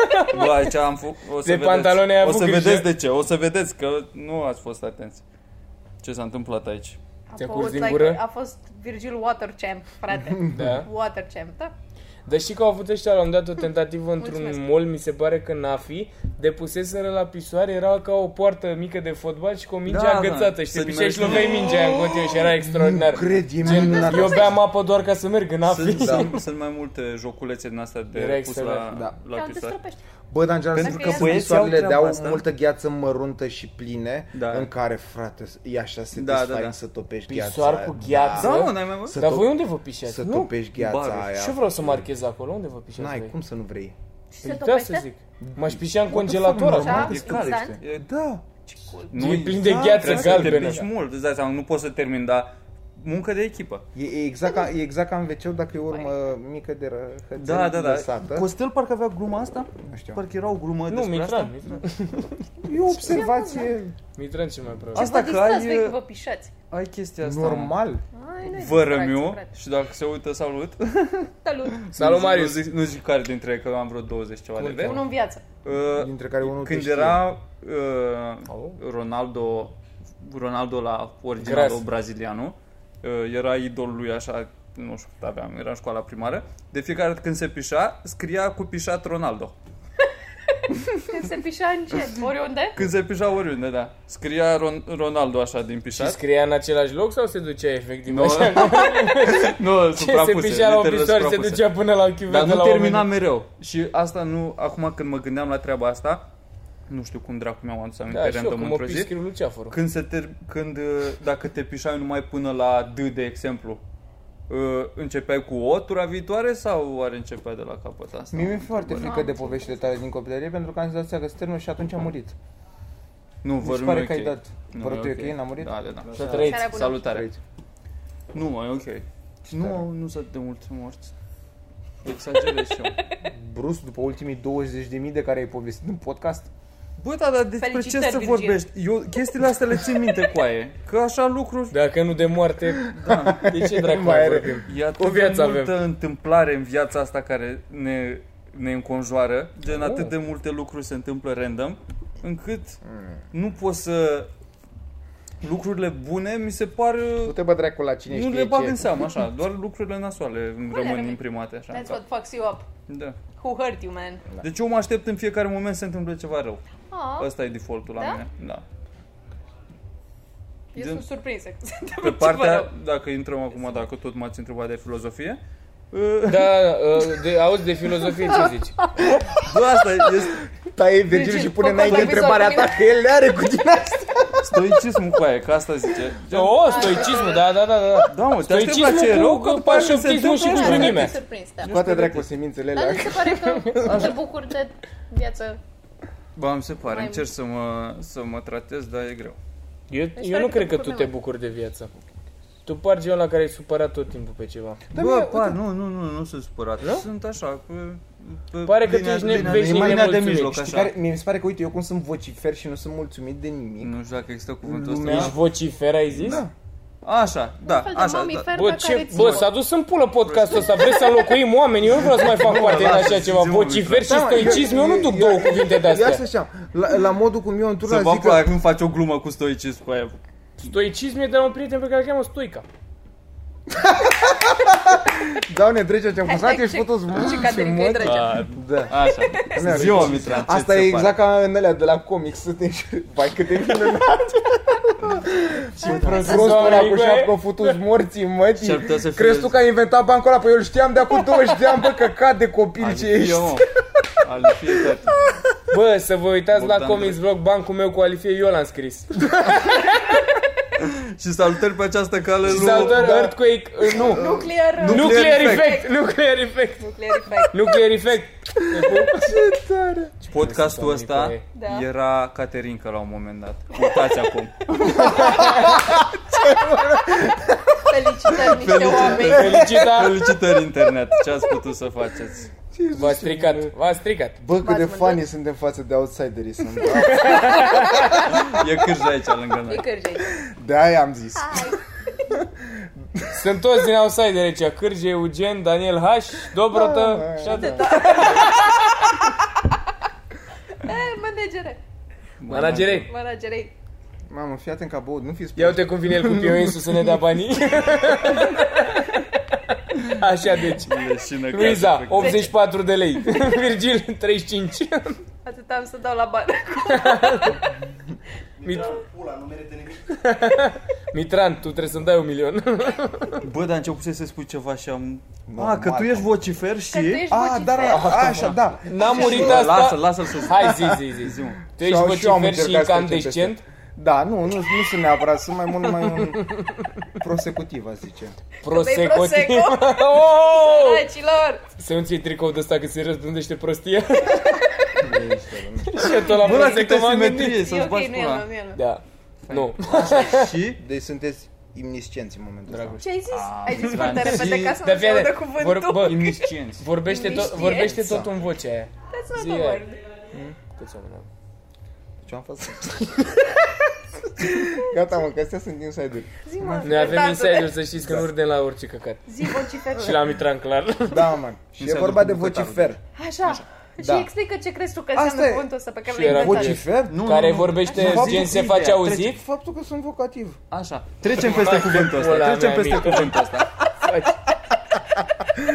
Speaker 2: Bă, aici am făcut... O să
Speaker 3: De
Speaker 2: vedeți.
Speaker 3: pantaloni ai
Speaker 2: O
Speaker 3: avut
Speaker 2: să
Speaker 3: grijă.
Speaker 2: vedeți de ce, o să vedeți că nu ați fost atenți. Ce s-a întâmplat aici?
Speaker 5: A
Speaker 3: Ți-a
Speaker 5: fost
Speaker 3: curs din
Speaker 5: like-
Speaker 3: gură?
Speaker 5: A fost Virgil Waterchamp, frate.
Speaker 3: Da.
Speaker 5: Waterchamp, da?
Speaker 3: Dar știi că au avut ăștia la un moment dat o tentativă într-un
Speaker 5: Mulțumesc.
Speaker 3: mall, mi se pare că Nafi, depuseseră la pisoare, era ca o poartă mică de fotbal și cu o minge
Speaker 2: Da, da.
Speaker 3: agățată și te
Speaker 2: Să
Speaker 3: pișeai și
Speaker 2: mergi-
Speaker 3: luveai mingea aia în continuu și era extraordinar.
Speaker 4: Cred, e minunat.
Speaker 3: Eu beam apă doar ca să merg în Nafi.
Speaker 2: Sunt, sunt, sunt mai multe joculețe din astea de
Speaker 3: Era
Speaker 2: pus la,
Speaker 3: excelent,
Speaker 2: da.
Speaker 4: da.
Speaker 2: la
Speaker 5: Ia, te
Speaker 2: pisoare.
Speaker 5: stropești.
Speaker 4: Bă, dar în general,
Speaker 2: Pentru
Speaker 4: sunt
Speaker 5: că
Speaker 4: că
Speaker 2: poeții au
Speaker 4: scrisoarele
Speaker 2: treaba
Speaker 4: dau
Speaker 2: asta.
Speaker 4: multă gheață măruntă și pline,
Speaker 2: Da.
Speaker 4: în care, frate, e așa, se
Speaker 2: Da,
Speaker 4: da,
Speaker 2: da,
Speaker 4: desfac
Speaker 2: da.
Speaker 4: da, să topești gheața.
Speaker 3: Pisoar cu gheață?
Speaker 2: Da, mă, n-ai mai văzut?
Speaker 4: Să,
Speaker 3: Dar
Speaker 4: top-
Speaker 3: voi unde vă pișeați?
Speaker 4: să
Speaker 3: nu?
Speaker 4: topești gheața
Speaker 2: Barul.
Speaker 4: aia.
Speaker 3: Și eu vreau să marchez acolo, unde vă pișeați
Speaker 4: N-ai,
Speaker 3: voi?
Speaker 4: cum să nu vrei?
Speaker 5: Și se
Speaker 3: Păi da, să
Speaker 5: topește?
Speaker 3: zic. M-aș pișea în congelator acum.
Speaker 5: Da,
Speaker 4: Normal,
Speaker 2: e cald.
Speaker 5: instant.
Speaker 2: E-
Speaker 4: Da.
Speaker 2: Nu,
Speaker 3: E plin de
Speaker 4: da,
Speaker 3: gheață
Speaker 2: trebuie să te
Speaker 3: galbenă.
Speaker 2: piști mult, îți dai seama, nu poți să termin, dar muncă de echipă. Da,
Speaker 4: E, e exact, ca, e exact ca în wc dacă e o urmă mică de răhățel
Speaker 2: Da, da, da.
Speaker 4: lăsată.
Speaker 2: Costel parcă avea gluma asta?
Speaker 4: Nu știu.
Speaker 2: Parcă era o glumă
Speaker 3: Nu,
Speaker 2: despre
Speaker 3: Mitran,
Speaker 2: asta.
Speaker 3: Mitran.
Speaker 4: E o observație
Speaker 3: Mitran ce mai prost.
Speaker 2: Asta
Speaker 5: Vă
Speaker 2: că
Speaker 5: distrați,
Speaker 2: ai,
Speaker 5: voi că vă
Speaker 2: uh,
Speaker 5: pișați.
Speaker 2: ai chestia asta.
Speaker 4: normal.
Speaker 5: Ai, nu-i
Speaker 2: Vă
Speaker 5: distracție,
Speaker 2: rămiu
Speaker 5: frate.
Speaker 2: și dacă se uită, salut.
Speaker 5: Salut.
Speaker 3: Salut,
Speaker 2: Nu zic-
Speaker 3: Marius.
Speaker 2: Nu zic, nu zic care dintre ei, că am vreo 20 ceva de
Speaker 3: Cum
Speaker 2: veri.
Speaker 3: te-am?
Speaker 5: Unul în viață.
Speaker 2: Uh,
Speaker 4: Dintre care unul te
Speaker 2: Când
Speaker 4: știe.
Speaker 2: era uh,
Speaker 3: Alo?
Speaker 2: Ronaldo, Ronaldo la originalul
Speaker 3: Gras.
Speaker 2: brazilianu, uh, era idolul lui așa, nu știu cât aveam, era în școala primară, de fiecare dată când se pișa, scria cu pișat Ronaldo.
Speaker 5: Când se pișa în cer, oriunde.
Speaker 2: Când se pișa oriunde, da. Scria Ron- Ronaldo așa din
Speaker 3: Și
Speaker 2: pișat.
Speaker 3: scria în același loc sau se ducea efectiv
Speaker 2: Da? Nu. da,
Speaker 3: așa?
Speaker 2: nu,
Speaker 3: Ce se
Speaker 2: suprapuse.
Speaker 3: pișea la o
Speaker 2: literele
Speaker 3: pisoare, se
Speaker 2: suprapuse.
Speaker 3: ducea până la o chiuvetă
Speaker 2: Dar nu
Speaker 3: la
Speaker 2: termina
Speaker 3: oameni.
Speaker 2: mereu. Și asta nu, acum când mă gândeam la treaba asta, nu știu cum dracu mi-am adus aminte
Speaker 3: Da, și eu,
Speaker 2: random
Speaker 3: cum mă
Speaker 2: într-o
Speaker 3: piși,
Speaker 2: zi.
Speaker 3: scriu Luceafărul.
Speaker 2: Când, se ter- când uh, dacă te pișai numai până la D, de exemplu, uh, începeai cu O tura viitoare sau oare începea de la capăt asta?
Speaker 4: Mie mi-e foarte frică de poveștile tale din copilărie pentru că am senzația că se termină și atunci am murit.
Speaker 2: Nu,
Speaker 4: Mi
Speaker 2: vă
Speaker 4: se
Speaker 2: nu
Speaker 4: pare
Speaker 2: e
Speaker 4: că ai
Speaker 2: ok.
Speaker 4: dat.
Speaker 2: Nu,
Speaker 4: Părătul
Speaker 2: e
Speaker 4: e ok, n-am murit?
Speaker 2: Da, da, da.
Speaker 3: Să trăiți.
Speaker 5: Seara bună.
Speaker 2: Salutare.
Speaker 4: Aici.
Speaker 2: Nu, mai e ok. Nu, nu sunt de mulți morți. Exagerez și eu.
Speaker 4: Brus, după ultimii 20.000 de care ai povestit în podcast,
Speaker 2: Bă, da, dar despre
Speaker 5: Felicitări,
Speaker 2: ce să
Speaker 5: Virgil.
Speaker 2: vorbești? Eu chestiile astea le țin minte cu aie. Că așa lucruri...
Speaker 3: Dacă nu de moarte, da. de ce dracu
Speaker 4: Mai
Speaker 3: mai
Speaker 4: are.
Speaker 3: vorbim?
Speaker 2: E
Speaker 3: O
Speaker 2: atât de
Speaker 3: viață
Speaker 2: multă întâmplare în viața asta care ne, ne înconjoară, gen
Speaker 3: Oh.
Speaker 2: atât de multe lucruri se întâmplă random, încât
Speaker 3: Hmm.
Speaker 2: nu poți să... Lucrurile bune mi se par... uh,
Speaker 4: nu te bă dracu la cine
Speaker 2: Nu
Speaker 4: știe
Speaker 2: le bag
Speaker 4: ce.
Speaker 2: în seamă, așa, doar lucrurile nasoale îmi rămân
Speaker 5: rămân.
Speaker 2: imprimate, așa. în
Speaker 5: That's
Speaker 2: cap.
Speaker 5: what fucks you up.
Speaker 2: Da.
Speaker 5: Who hurt you, man?
Speaker 3: Da.
Speaker 2: Deci eu mă aștept în fiecare moment să se întâmple ceva rău.
Speaker 5: Ah,
Speaker 2: Ăsta e defaultul la
Speaker 5: Da?
Speaker 2: mine. Da.
Speaker 5: eu
Speaker 2: gen-
Speaker 5: sunt surprinsă că se întâmplă
Speaker 2: Pe
Speaker 5: ceva rău.
Speaker 2: partea, dacă intrăm acum, dacă tot m-ați întrebat de filozofie,
Speaker 3: Da, uh, de, auzi de filozofie ce zici?
Speaker 2: bă, asta este
Speaker 4: Taie Virgil
Speaker 5: Virgil,
Speaker 4: și pune
Speaker 5: fă
Speaker 4: înainte
Speaker 5: compromisul
Speaker 4: întrebarea
Speaker 5: cu mine.
Speaker 4: ta, că el le are cu tine asta.
Speaker 2: stoicismul cu aia, că asta zice. Gen,
Speaker 3: O, stoicismul, da, da, da, da.
Speaker 2: Da, mă, te aștept la
Speaker 3: Stoicismul
Speaker 2: ce e rău,
Speaker 3: cu-
Speaker 2: că
Speaker 3: cu
Speaker 2: după aia când se
Speaker 3: pașoptismul
Speaker 2: întâmplă
Speaker 3: și cu
Speaker 2: asta.
Speaker 5: Da, da,
Speaker 3: Vreme.
Speaker 5: sunt surprins, da.
Speaker 4: Toate dracu semințele
Speaker 5: Dar
Speaker 4: alea.
Speaker 5: nu se pare că te bucuri de viață.
Speaker 2: Ba, îmi se pare,
Speaker 5: Mai
Speaker 2: încerc să mă, să mă tratez, dar e greu.
Speaker 3: Eu, eu
Speaker 5: pare
Speaker 3: nu
Speaker 5: că
Speaker 3: cred
Speaker 5: te
Speaker 3: că tu
Speaker 5: bucuri
Speaker 3: te
Speaker 5: mai
Speaker 3: bucuri de viață. Tu par genul la care ai supărat tot timpul pe ceva.
Speaker 2: Bă, pa, nu, nu, nu, nu sunt supărat.
Speaker 4: Da?
Speaker 2: Sunt așa, pe, pe
Speaker 3: Pare că tu
Speaker 2: linea-
Speaker 3: ești ne-
Speaker 2: linea-
Speaker 3: veșnic
Speaker 2: linea de
Speaker 3: nemulțumit.
Speaker 2: mijloc,
Speaker 4: Știi
Speaker 2: așa.
Speaker 4: care, mie mi se pare că, uite, eu cum sunt vocifer și nu sunt mulțumit de nimic.
Speaker 2: Nu știu dacă există cuvântul
Speaker 4: Lumea-
Speaker 2: ăsta.
Speaker 3: Ești vocifer, ai zis? Da.
Speaker 2: Așa, da,
Speaker 5: Un fel de
Speaker 2: așa, da.
Speaker 5: mamifer
Speaker 3: Bă,
Speaker 5: pe care
Speaker 3: ce,
Speaker 5: ți-l-
Speaker 3: bă, s-a dus în pulă podcastul ăsta, vreți să înlocuim oamenii, eu nu vreau să mai fac parte din
Speaker 2: lasă,
Speaker 3: așa
Speaker 2: zi,
Speaker 3: ceva.
Speaker 2: zi, mă,
Speaker 3: Vocifer și
Speaker 4: Da, mă,
Speaker 3: stoicism, eu nu duc două cuvinte de
Speaker 4: Eu
Speaker 3: astea.
Speaker 4: asta știam. La, la modul cum eu
Speaker 2: Să
Speaker 4: într-una
Speaker 2: vă
Speaker 4: zic
Speaker 2: apuc
Speaker 4: că...
Speaker 2: când faci o glumă cu stoicism pe aia.
Speaker 3: Stoicism e de la un prieten pe care îl cheamă Stoica.
Speaker 4: Doamne, trece da,
Speaker 3: Exact,
Speaker 4: ce-am cursat,
Speaker 5: Hashtag
Speaker 4: ești
Speaker 5: ce-
Speaker 4: putos
Speaker 5: ce cadrică e drăgea.
Speaker 4: Da.
Speaker 2: Așa, ziua, Mitran, ce
Speaker 4: Asta
Speaker 2: ți
Speaker 4: e
Speaker 2: se
Speaker 4: exact ca în alea de la comic, să te Vai, cât de minunat! și prost
Speaker 3: Doamne,
Speaker 4: ăla cu
Speaker 3: băie.
Speaker 4: șapcă futuți morții, mă,
Speaker 2: Și ar putea să fie-
Speaker 4: Crezi tu că ai inventat bancul ăla? Păi eu îl știam de acum 20 de ani, bă, că cad de copil ce ești.
Speaker 2: Al fiecare.
Speaker 3: Bă, să vă uitați la
Speaker 2: Bogdan
Speaker 3: Comics Vlog, bancul meu cu Alifie, eu l-am scris.
Speaker 2: Și salutări pe această cale
Speaker 3: Și
Speaker 2: lui...
Speaker 3: s-a dat Earthquake, uh, nu,
Speaker 5: Nuclear...
Speaker 3: Nuclear Effect, Nuclear Effect,
Speaker 5: Nuclear effect.
Speaker 3: Nuclear Effect. Te pup.
Speaker 2: Podcastul ăsta
Speaker 5: Da.
Speaker 2: era Caterinca la un moment dat. Uitați acum.
Speaker 5: Felicitări niște
Speaker 2: Felicitări.
Speaker 5: oameni.
Speaker 3: Felicita,
Speaker 2: Felicitări internet, ce ați putut să faceți?
Speaker 3: v-a stricat, v-a stricat.
Speaker 4: Bă, cât de
Speaker 5: V-ați mândat?
Speaker 4: funny suntem față de outsiderii sunt.
Speaker 2: E cârja aici lângă
Speaker 5: E
Speaker 2: noi.
Speaker 5: cârje aici.
Speaker 4: De aia am zis.
Speaker 3: Sunt toți din outside aici, Cârge, Eugen, Daniel H, Dobrotă și atât.
Speaker 5: E, Managere.
Speaker 3: Managere,
Speaker 5: Eh, Managerei.
Speaker 4: Mamă, fii atent ca băut, nu fi
Speaker 3: ia
Speaker 4: spus.
Speaker 3: uite cum vine el cu pioinsul să ne dea banii. Așa deci.
Speaker 2: Leșină ca
Speaker 3: Luiza,
Speaker 2: și pe-
Speaker 3: 84 de lei. Virgil, 35.
Speaker 5: Atât am să dau la bar.
Speaker 3: Mit-
Speaker 6: Pula, nu merită nimic.
Speaker 3: Mitran, tu trebuie să-mi dai un milion.
Speaker 2: Bă, dar început să spui ceva și am...
Speaker 4: Normal,
Speaker 2: A, că tu ești vocifer
Speaker 5: Că tu
Speaker 2: și...
Speaker 5: ești
Speaker 3: Ah,
Speaker 4: A,
Speaker 5: vocifer.
Speaker 4: Ah, dar așa, da.
Speaker 3: N-am murit
Speaker 2: Bă,
Speaker 3: asta.
Speaker 2: Lasă, lasă-l să zic.
Speaker 3: Hai, zi, zi, zi.
Speaker 2: Zi, mă.
Speaker 3: Tu ești
Speaker 4: Și eu- și eu am
Speaker 3: vocifer și
Speaker 4: încercat să trecem
Speaker 3: incandescent?
Speaker 4: Da, nu, nu, nu sunt neapărat, sunt mai mult mai un prosecutiv, aș zice.
Speaker 5: bei
Speaker 3: Prosecotiv.
Speaker 5: Prosecco.
Speaker 3: oh!
Speaker 5: Dragilor.
Speaker 3: Să nu-ți iei tricou de ăsta că se răspândește prostie. și tot la
Speaker 2: Bă, la câte
Speaker 3: Prosecco m-am gândit.
Speaker 2: simetrie
Speaker 5: E
Speaker 2: să-ți
Speaker 5: ok,
Speaker 2: bagi
Speaker 5: nu e
Speaker 2: pula.
Speaker 5: nu e
Speaker 3: Da. Nu.
Speaker 2: Și?
Speaker 4: Deci sunteți imniscenți în momentul ăsta.
Speaker 5: Ce ai zis? Ai zis
Speaker 2: Mitran.
Speaker 5: foarte repede ca să
Speaker 3: Ah,
Speaker 5: nu
Speaker 3: Dar fii
Speaker 5: se audă
Speaker 3: atent,
Speaker 5: cuvântul.
Speaker 3: vor- bă,
Speaker 2: Imniscienți.
Speaker 3: vorbește, tot,
Speaker 5: Imnisciență.
Speaker 3: vorbește tot în vocea aia.
Speaker 5: That's not
Speaker 3: zi
Speaker 5: the
Speaker 3: aia.
Speaker 5: word.
Speaker 3: Câți oameni am?
Speaker 4: Ce am făcut? Gata, mă, că astea sunt insider.
Speaker 5: Zi, mă.
Speaker 3: Noi avem
Speaker 5: Tatăle.
Speaker 3: insider să știți că nu râdem la orice căcat.
Speaker 5: Zi vocifer.
Speaker 3: Și la Mitran, clar.
Speaker 4: Da, mă. Și e
Speaker 2: Insider
Speaker 4: vorba de
Speaker 2: cu bucătarul.
Speaker 4: vocifer.
Speaker 5: Așa.
Speaker 4: Da.
Speaker 5: Și explică ce crezi tu că
Speaker 4: Asta
Speaker 5: înseamnă
Speaker 4: e.
Speaker 5: cuvântul ăsta pe care
Speaker 3: Și
Speaker 5: l-ai
Speaker 3: era
Speaker 5: inventat.
Speaker 3: voci-
Speaker 4: Vocifer?
Speaker 2: Nu,
Speaker 3: Care
Speaker 2: nu, nu.
Speaker 3: vorbește,
Speaker 2: Așa,
Speaker 3: gen
Speaker 2: faptul
Speaker 3: se
Speaker 2: că
Speaker 3: face
Speaker 2: ideea,
Speaker 3: auzit.
Speaker 4: Faptul că sunt vocativ.
Speaker 2: Așa. Trecem peste cuvântul ăsta.
Speaker 3: Pula
Speaker 2: Trecem
Speaker 3: mea
Speaker 2: peste
Speaker 3: mică.
Speaker 2: cuvântul ăsta.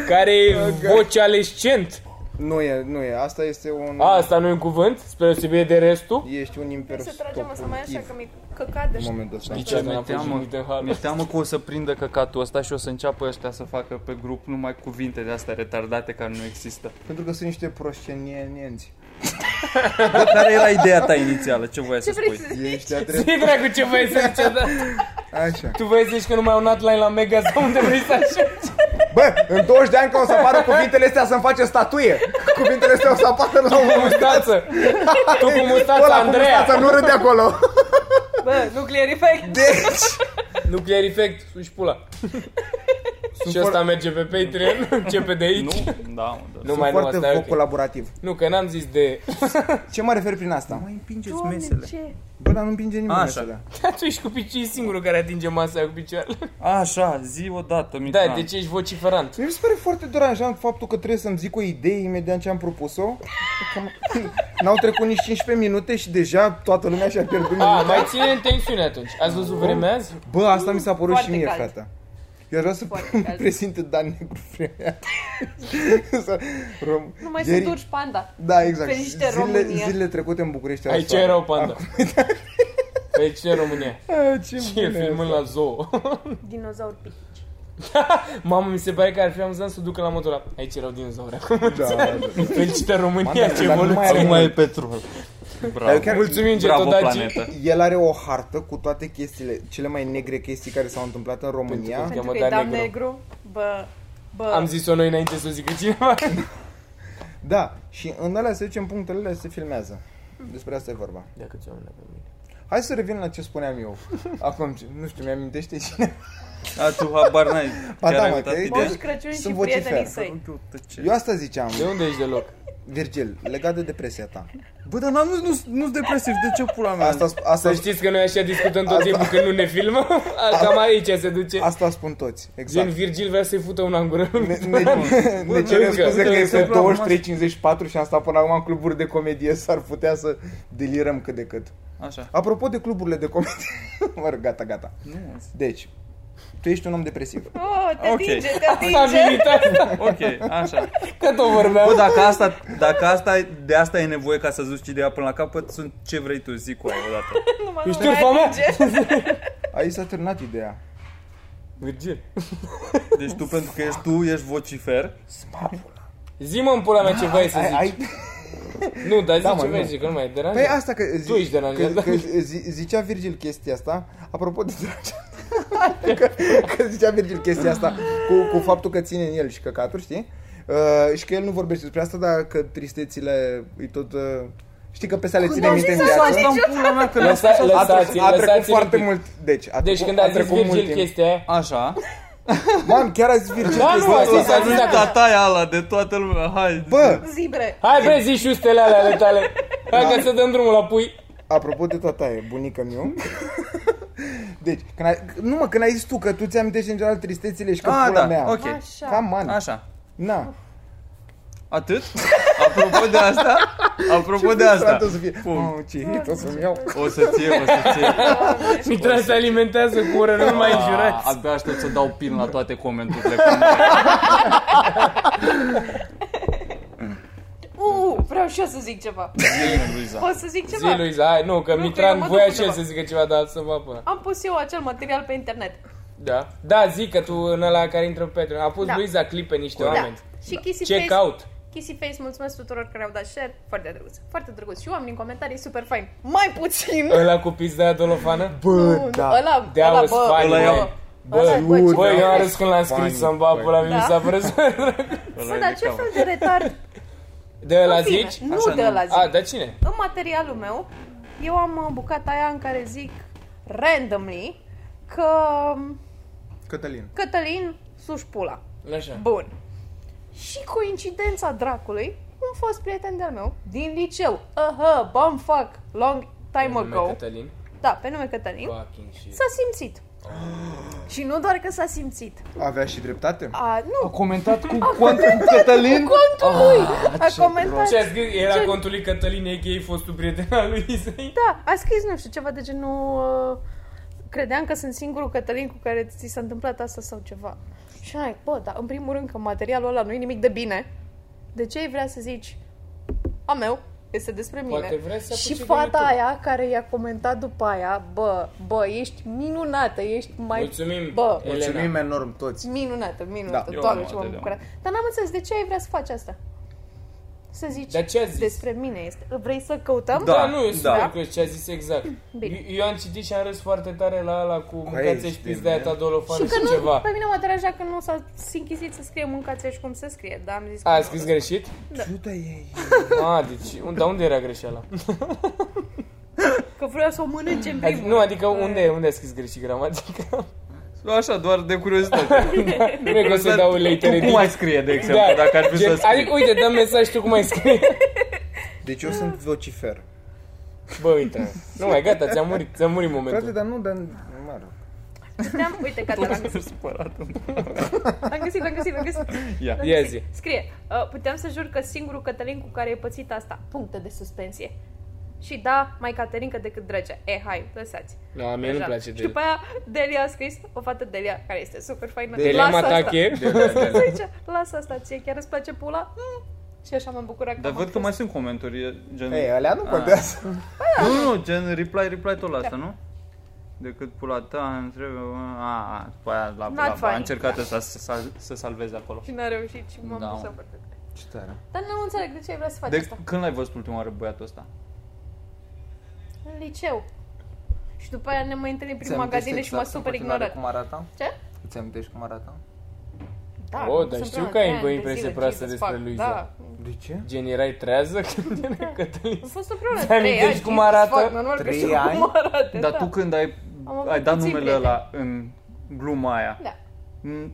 Speaker 3: Care e vocalescent.
Speaker 4: Nu e, nu e. Asta este un...
Speaker 3: A, asta nu e un cuvânt, spre deosebire de restul.
Speaker 4: Ești un imper
Speaker 5: Se trage mă să mai așa că mi-e căcat de
Speaker 4: în momentul ăsta.
Speaker 3: Știi ce?
Speaker 2: Mi-e
Speaker 3: Mi-a fost
Speaker 2: teamă.
Speaker 3: jignit de hal.
Speaker 2: Mi-e teamă că o să prindă căcatul ăsta și o să înceapă ăștia să facă pe grup numai cuvinte de astea retardate care nu există.
Speaker 4: Pentru că sunt niște proștenienți.
Speaker 2: Bă, care era ideea ta inițială? Ce voiai
Speaker 5: Ce
Speaker 2: să
Speaker 5: vrei
Speaker 2: spui?
Speaker 5: să zici?
Speaker 4: Ești atre...
Speaker 3: Ție dracu ce vrei să zici odată?
Speaker 4: Așa.
Speaker 3: Tu vrei să zici că nu mai ai un outline la Mega sau unde vrei să ajungi?
Speaker 4: Bă, în 20 de ani când o să apară cuvintele astea să-mi face statuie. Cuvintele astea o să apară la un
Speaker 3: Cu
Speaker 4: moment.
Speaker 3: mustață! Tu cu mustață,
Speaker 4: Ăla cu
Speaker 3: Andreea!
Speaker 4: mustața, nu râde acolo.
Speaker 5: Bă, nuclear effect.
Speaker 4: Deci,
Speaker 3: Nuclear Effect, suși pula! Și ăsta merge pe Patreon, începe de aici. Nu,
Speaker 2: Nu? Da, mă, da.
Speaker 3: nu mai nu,
Speaker 4: foarte
Speaker 3: asta e
Speaker 4: okay.
Speaker 3: ok.
Speaker 4: colaborativ.
Speaker 3: Nu, că n-am zis de...
Speaker 4: Ce mă refer prin asta?
Speaker 2: Mai împingeți
Speaker 5: Doamne, ce?
Speaker 4: Bă, dar nu împinge nimeni
Speaker 2: Așa.
Speaker 4: așa.
Speaker 3: Da, tu ești cu picii singurul care atinge masa cu picioarele.
Speaker 2: Așa, zi odată, Mitran.
Speaker 3: Da, deci ești vociferant.
Speaker 4: Mi se pare foarte deranjant faptul că trebuie să-mi zic o idee imediat ce am propus-o. Cam- N-au trecut nici 15 minute și deja toată lumea și-a pierdut
Speaker 5: Ah,
Speaker 3: A,
Speaker 4: minute.
Speaker 3: Ah, mai ține în tensiune atunci. Ați văzut vremea azi?
Speaker 4: Bă, asta mi s-a părut
Speaker 5: Foarte
Speaker 4: și mie,
Speaker 5: cald.
Speaker 4: frate. Eu aș vrea să
Speaker 5: Foarte cald.
Speaker 4: prezint Dan Negru vremea. Să- Rom-
Speaker 5: Nu mai
Speaker 4: Ieri-
Speaker 5: sunt urși panda.
Speaker 4: Da, exact.
Speaker 5: Ferește
Speaker 4: zilele,
Speaker 5: România.
Speaker 4: zilele trecute în București au
Speaker 3: Aici
Speaker 4: soare.
Speaker 3: erau panda.
Speaker 4: da.
Speaker 3: Aici e România.
Speaker 4: A, Da, ce
Speaker 3: Și e filmând la zoo.
Speaker 5: Dinozaur pitici.
Speaker 3: Mamă, mi se pare că ar fi amuzant să ducă la motor. la- Aici erau dinozauri acum.
Speaker 4: Da, da, da.
Speaker 3: Felicită România,
Speaker 4: Mamă,
Speaker 3: ce
Speaker 4: dar nu mai
Speaker 3: evoluție.
Speaker 4: are-
Speaker 2: Nu mai e petrol.
Speaker 4: Dar eu
Speaker 2: Bravo.
Speaker 4: chiar,
Speaker 3: Mulțumim,
Speaker 2: Bravo,
Speaker 3: Getodaci.
Speaker 2: planetă.
Speaker 4: el are o hartă cu toate chestiile, cele mai negre chestii care s-au întâmplat în România.
Speaker 5: Pentru
Speaker 3: Cheamă
Speaker 5: că e
Speaker 3: Dan
Speaker 5: Dan
Speaker 3: Negru.
Speaker 5: Negru. Bă, bă.
Speaker 3: Am zis-o noi înainte să o zică cineva.
Speaker 4: Da, și în alea, să zicem, punctele alea se filmează. Despre asta e vorba.
Speaker 3: Dacă ți pe mine.
Speaker 4: Hai să revin la ce spuneam eu. Acum, ce- nu știu, mi-amintește cine.
Speaker 2: A, tu habar n-ai.
Speaker 4: Ba
Speaker 2: Chiar
Speaker 4: da,
Speaker 2: ai
Speaker 4: mă,
Speaker 2: uitat
Speaker 4: că e-
Speaker 2: ideea?
Speaker 5: Moș Crăciun
Speaker 4: Sunt
Speaker 5: și prietenii
Speaker 4: vocifer.
Speaker 5: săi.
Speaker 2: Rog, tăce.
Speaker 4: Eu asta ziceam,
Speaker 3: De unde ești deloc?
Speaker 4: Virgil, legat de depresia ta.
Speaker 2: Bă, dar n-am, nu, nu, nu-s depresiv, de ce pula mea?
Speaker 4: Asta, asta,
Speaker 3: Să știți că noi așa discutăm tot timpul când nu ne filmăm. Cam aici se duce.
Speaker 4: asta spun toți,
Speaker 3: Gen
Speaker 4: exact.
Speaker 3: Virgil vrea să-i fută una în gură.
Speaker 4: Ne, ne, ne cerem
Speaker 3: că-
Speaker 4: scuze că
Speaker 3: că-
Speaker 4: este
Speaker 2: că-
Speaker 4: 23.54 și am stat până acum în cluburi de comedie, s-ar putea să delirăm cât de cât.
Speaker 2: Așa.
Speaker 4: Apropo de cluburile de comedie, mă rog, gata, gata.
Speaker 2: Nu, mă, zi.
Speaker 4: Deci, tu ești un om depresiv.
Speaker 5: Oh, te
Speaker 2: Ok.
Speaker 5: atinge, te atinge.
Speaker 3: Stabilitatea asta.
Speaker 2: Ok, așa.
Speaker 3: Că tot
Speaker 2: Bă,
Speaker 3: vorbeam.
Speaker 2: dacă asta, dacă asta, de asta e nevoie ca să duci ideea până la capăt, sunt ce vrei tu, zic cu aia odată.
Speaker 5: Nu mă
Speaker 3: Ești
Speaker 5: nu mai
Speaker 3: turfa mea?
Speaker 5: atinge.
Speaker 4: Aici s-a terminat ideea.
Speaker 3: Virgil.
Speaker 2: Deci tu, pentru că ești tu, ești vocifer.
Speaker 3: Zi-mă în pula mea ce vrei să
Speaker 4: Ai,
Speaker 3: zici.
Speaker 4: ai...
Speaker 3: Nu, dar
Speaker 4: Da,
Speaker 3: zi
Speaker 4: mă,
Speaker 3: ce
Speaker 4: nu.
Speaker 3: vrei să zici, că nu mai e
Speaker 4: Păi
Speaker 3: deranjat.
Speaker 4: asta că, zi,
Speaker 3: Tu ești deranjat,
Speaker 4: că,
Speaker 3: da.
Speaker 4: că zi, zicea Virgil chestia asta, apropo de deranjat, că, că zicea Virgil chestia asta cu, cu faptul că ține în el și căcaturi, știi? Uh, și că el nu vorbește despre asta, dar că tristețile îi tot... Uh, știi că pe astea le ține
Speaker 5: am
Speaker 4: minte în
Speaker 5: zis așa,
Speaker 4: viață.
Speaker 2: Asta în pula mea că
Speaker 3: Lăsa-
Speaker 2: lăsa,
Speaker 4: A,
Speaker 3: lăsați-
Speaker 4: trecut, a trecut
Speaker 3: lăsați-l
Speaker 4: foarte
Speaker 3: un pic.
Speaker 4: mult. Deci, a
Speaker 3: Deci
Speaker 4: trecut,
Speaker 3: când a zis
Speaker 4: trecut mult
Speaker 3: Virgil
Speaker 4: timp.
Speaker 3: chestia aia,
Speaker 2: Așa.
Speaker 4: Mam, chiar a zis Virgil
Speaker 3: Da,
Speaker 4: chestia
Speaker 3: mă,
Speaker 4: asta.
Speaker 3: zis-
Speaker 2: Asta
Speaker 3: a
Speaker 2: nu
Speaker 3: dacă-
Speaker 2: tataia ala de toată lumea, hai.
Speaker 4: Bă,
Speaker 5: Zibre.
Speaker 3: Hai bre, zi și ustele alea ale tale. Hai ca să dăm drumul la pui.
Speaker 4: Apropo de tataie, bunica meu. Deci, când ai, nu mă, când ai zis tu că tu ți-amintești în general tristețile și că
Speaker 3: Ah,
Speaker 2: A,
Speaker 4: pula
Speaker 2: da,
Speaker 4: mea.
Speaker 2: ok.
Speaker 5: Așa.
Speaker 4: Cam man.
Speaker 2: Așa.
Speaker 4: Na.
Speaker 2: Atât? Apropo de asta, apropo de asta,
Speaker 4: O să fie.
Speaker 2: Pum.
Speaker 4: Mamă, ce hit o să-mi iau.
Speaker 2: o să ție, o să ție.
Speaker 3: Mitran se alimentează cu ură, nu mai
Speaker 2: A,
Speaker 3: jurați.
Speaker 2: Ah, abia aștept să dau pin la toate comenturile.
Speaker 5: Uuu, Uh, vreau și eu să zic ceva.
Speaker 2: Zilele, Luiza.
Speaker 5: Pot să zic
Speaker 3: Zi,
Speaker 5: ceva?
Speaker 3: Luiza, hai, nu, că
Speaker 5: Nu,
Speaker 3: Mitran
Speaker 5: că eu mă duc
Speaker 3: voia și el
Speaker 5: undeva.
Speaker 3: să zică ceva, dar să mă până.
Speaker 5: Am pus eu acel material pe internet.
Speaker 3: Da. Da, zic că tu în ăla care intră pe Patreon. A pus
Speaker 5: Da.
Speaker 3: Luiza clip pe niște
Speaker 5: Da.
Speaker 3: oameni.
Speaker 5: Și Kissy
Speaker 3: Check
Speaker 5: Face,
Speaker 3: out.
Speaker 5: Kissy Face, mulțumesc tuturor care au dat share. Foarte drăguț. Foarte drăguț. Și oamenii în comentarii, super fain. Mai puțin.
Speaker 3: Ăla cu pizda aia dolofană?
Speaker 4: Bă, da.
Speaker 5: Ăla,
Speaker 3: De-aia
Speaker 5: ăla,
Speaker 3: was
Speaker 5: bă,
Speaker 3: funny,
Speaker 5: ăla,
Speaker 2: bă.
Speaker 5: bă.
Speaker 3: Bă,
Speaker 5: Ăla, bă,
Speaker 4: dude,
Speaker 5: ce
Speaker 3: Bă,
Speaker 4: Da.
Speaker 3: eu am râs când l-am scris
Speaker 4: Funny,
Speaker 3: să-mi bag
Speaker 4: bă.
Speaker 3: pula, mea, mi
Speaker 5: Da.
Speaker 3: s-a părăs.
Speaker 5: Bă, dar ce fel de retard?
Speaker 3: De ăla
Speaker 5: În fine,
Speaker 3: zici?
Speaker 5: Nu
Speaker 2: Așa
Speaker 5: de
Speaker 2: nu.
Speaker 5: ăla
Speaker 3: A,
Speaker 5: zic.
Speaker 3: dar cine?
Speaker 5: În materialul meu, eu am uh, bucata aia în care zic randomly că um,
Speaker 4: Cătălin.
Speaker 5: Cătălin suși pula.
Speaker 3: Așa.
Speaker 5: Bun. Și coincidența dracului, un fost prieten de-al meu din liceu, aha, bum fuck, long time
Speaker 3: Nume
Speaker 5: ago,
Speaker 3: Cătălin.
Speaker 5: da, pe nume Cătălin,
Speaker 3: Fucking shit.
Speaker 5: s-a simțit. Și nu doar că s-a simțit.
Speaker 4: Avea și dreptate?
Speaker 5: A, nu,
Speaker 2: comentat cu, cu, cu Cătălin?
Speaker 5: contul lui a comentat.
Speaker 3: Ce a scris? Era
Speaker 5: Ce-
Speaker 3: contul lui Cătălin, a.k.a. fostul prieten al lui Izei.
Speaker 5: Da, a scris, nu știu, ceva de genul... uh, Credeam că sunt singurul Cătălin cu care ți s-a întâmplat asta sau ceva. Și ai, bă, dar în primul rând că materialul ăla nu e nimic de bine. de ce ai vrea să zici a meu, este despre mine.
Speaker 3: Poate vrea să
Speaker 5: și
Speaker 3: apuce
Speaker 5: fata
Speaker 3: de YouTube.
Speaker 5: aia care i-a comentat după aia, bă, bă, ești minunată, ești mai...
Speaker 3: Mulțumim,
Speaker 5: Bă,
Speaker 3: Elena.
Speaker 4: Mulțumim enorm toți.
Speaker 5: minunată, minunată,
Speaker 2: Da.
Speaker 5: da.
Speaker 2: Eu
Speaker 5: doamne,
Speaker 2: am
Speaker 5: ce m-am
Speaker 2: atât de
Speaker 5: bucurat. Dar n-am înțeles, de ce ai vrea să faci asta? Să zici
Speaker 3: Dar ce a zis?
Speaker 5: despre mine este. Vrei să căutăm?
Speaker 2: Da.
Speaker 3: Da, nu, eu
Speaker 2: da.
Speaker 3: da. că ce a zis exact.
Speaker 5: Bine.
Speaker 3: Eu, eu am citit și am râs foarte tare la ala cu mâncați
Speaker 4: ești
Speaker 3: și pizda
Speaker 4: bine.
Speaker 3: aia ta
Speaker 5: Și
Speaker 3: dolofană și,
Speaker 5: că nu,
Speaker 3: ceva.
Speaker 5: pe mine mă deranja că nu s-a sinchisit să scrie mâncați și cum se scrie, dar am zis că
Speaker 3: A,
Speaker 5: nu.
Speaker 3: ai scris greșit?
Speaker 5: Da.
Speaker 4: Ajută ei.
Speaker 3: A, deci, un- dar unde era greșeala?
Speaker 5: Că vreau să o mănânce în
Speaker 3: Adică,
Speaker 5: primul.
Speaker 3: nu, adică unde, unde a scris greșit gramatica?
Speaker 2: Așa, doar de curiozitate.
Speaker 3: Nu e că o să dau leitere
Speaker 2: tu Exact. cum ai scrie, de exemplu,
Speaker 3: Da.
Speaker 2: dacă ar fi să scrie?
Speaker 3: Adică, uite, dăm mesaj tu cum ai scris.
Speaker 4: Deci eu sunt vocifer.
Speaker 3: Bă, uite, nu mai, gata, ți-a murit, ți-a murit
Speaker 4: Frate,
Speaker 3: momentul.
Speaker 4: dar nu, dar... Mă rog.
Speaker 5: Puteam, uite, gata, l-am găsit,
Speaker 2: Supărat.
Speaker 5: l-am găsit, l-am găsit, l-am găsit.
Speaker 2: Ia.
Speaker 5: L-am
Speaker 3: Ia
Speaker 5: găsit.
Speaker 3: zi.
Speaker 5: Scrie, uh, puteam să jur că singurul Cătălin cu care ai pățit asta, puncte de suspensie. Și da, mai Caterinca decât Drăgea. E, hai, lăsați.
Speaker 3: Da, mie nu
Speaker 5: Așa.
Speaker 3: place
Speaker 5: Și
Speaker 3: de
Speaker 5: după aia Delia a scris, o fată Delia, care este super faină.
Speaker 3: Delia
Speaker 5: Lasă asta.
Speaker 3: Matache.
Speaker 5: Zice, lasă asta ție, chiar îți place pula? Mm. Și așa m-am bucurat că
Speaker 2: Dar
Speaker 5: am
Speaker 2: văd că
Speaker 5: fost.
Speaker 2: mai sunt comentarii gen...
Speaker 4: Ei, alea nu contează.
Speaker 2: Nu, nu, gen reply, reply tot la asta, nu? Decât pula ta, îmi trebuie... A, a, după aia la, la,
Speaker 5: funny.
Speaker 2: a încercat să, să, să, să salveze acolo.
Speaker 5: Și n-a reușit și m-am
Speaker 2: Da,
Speaker 5: da,
Speaker 2: mă.
Speaker 5: bucurat foarte tare.
Speaker 4: Ce tare.
Speaker 5: Dar nu înțeleg de ce ai vrea să faci
Speaker 2: De
Speaker 5: asta.
Speaker 2: când l-ai văzut ultima oară băiatul ăsta?
Speaker 5: În liceu. Și după aia ne mai întâlnim prin
Speaker 4: Ți-amintești
Speaker 5: magazine și mă
Speaker 4: exact în
Speaker 5: super
Speaker 4: continuare
Speaker 5: ignorat.
Speaker 4: Cum arata?
Speaker 5: Ce?
Speaker 4: Îți amintești cum arata?
Speaker 5: Da,
Speaker 3: O, dar
Speaker 5: sunt
Speaker 3: știu
Speaker 5: plan,
Speaker 3: că ai
Speaker 5: de ani,
Speaker 3: încă o
Speaker 5: de
Speaker 3: impresie
Speaker 5: zile,
Speaker 3: proastă
Speaker 5: Jesus,
Speaker 3: despre
Speaker 5: fuck,
Speaker 3: Luiza.
Speaker 5: Da.
Speaker 4: De ce?
Speaker 3: Gen, erai trează când era Cătălin.
Speaker 5: A fost împreună
Speaker 3: Ți-amintești
Speaker 5: 3 ani.
Speaker 3: cum
Speaker 5: Jesus,
Speaker 3: arată?
Speaker 5: fuck, normal că
Speaker 4: Trei
Speaker 5: știu
Speaker 4: ani?
Speaker 5: cum arată.
Speaker 2: Dar
Speaker 5: da.
Speaker 2: tu când ai,
Speaker 5: Am avut
Speaker 2: ai dat
Speaker 5: puțini
Speaker 2: numele
Speaker 5: prieteni.
Speaker 2: ăla în gluma aia,
Speaker 5: Da.
Speaker 2: m-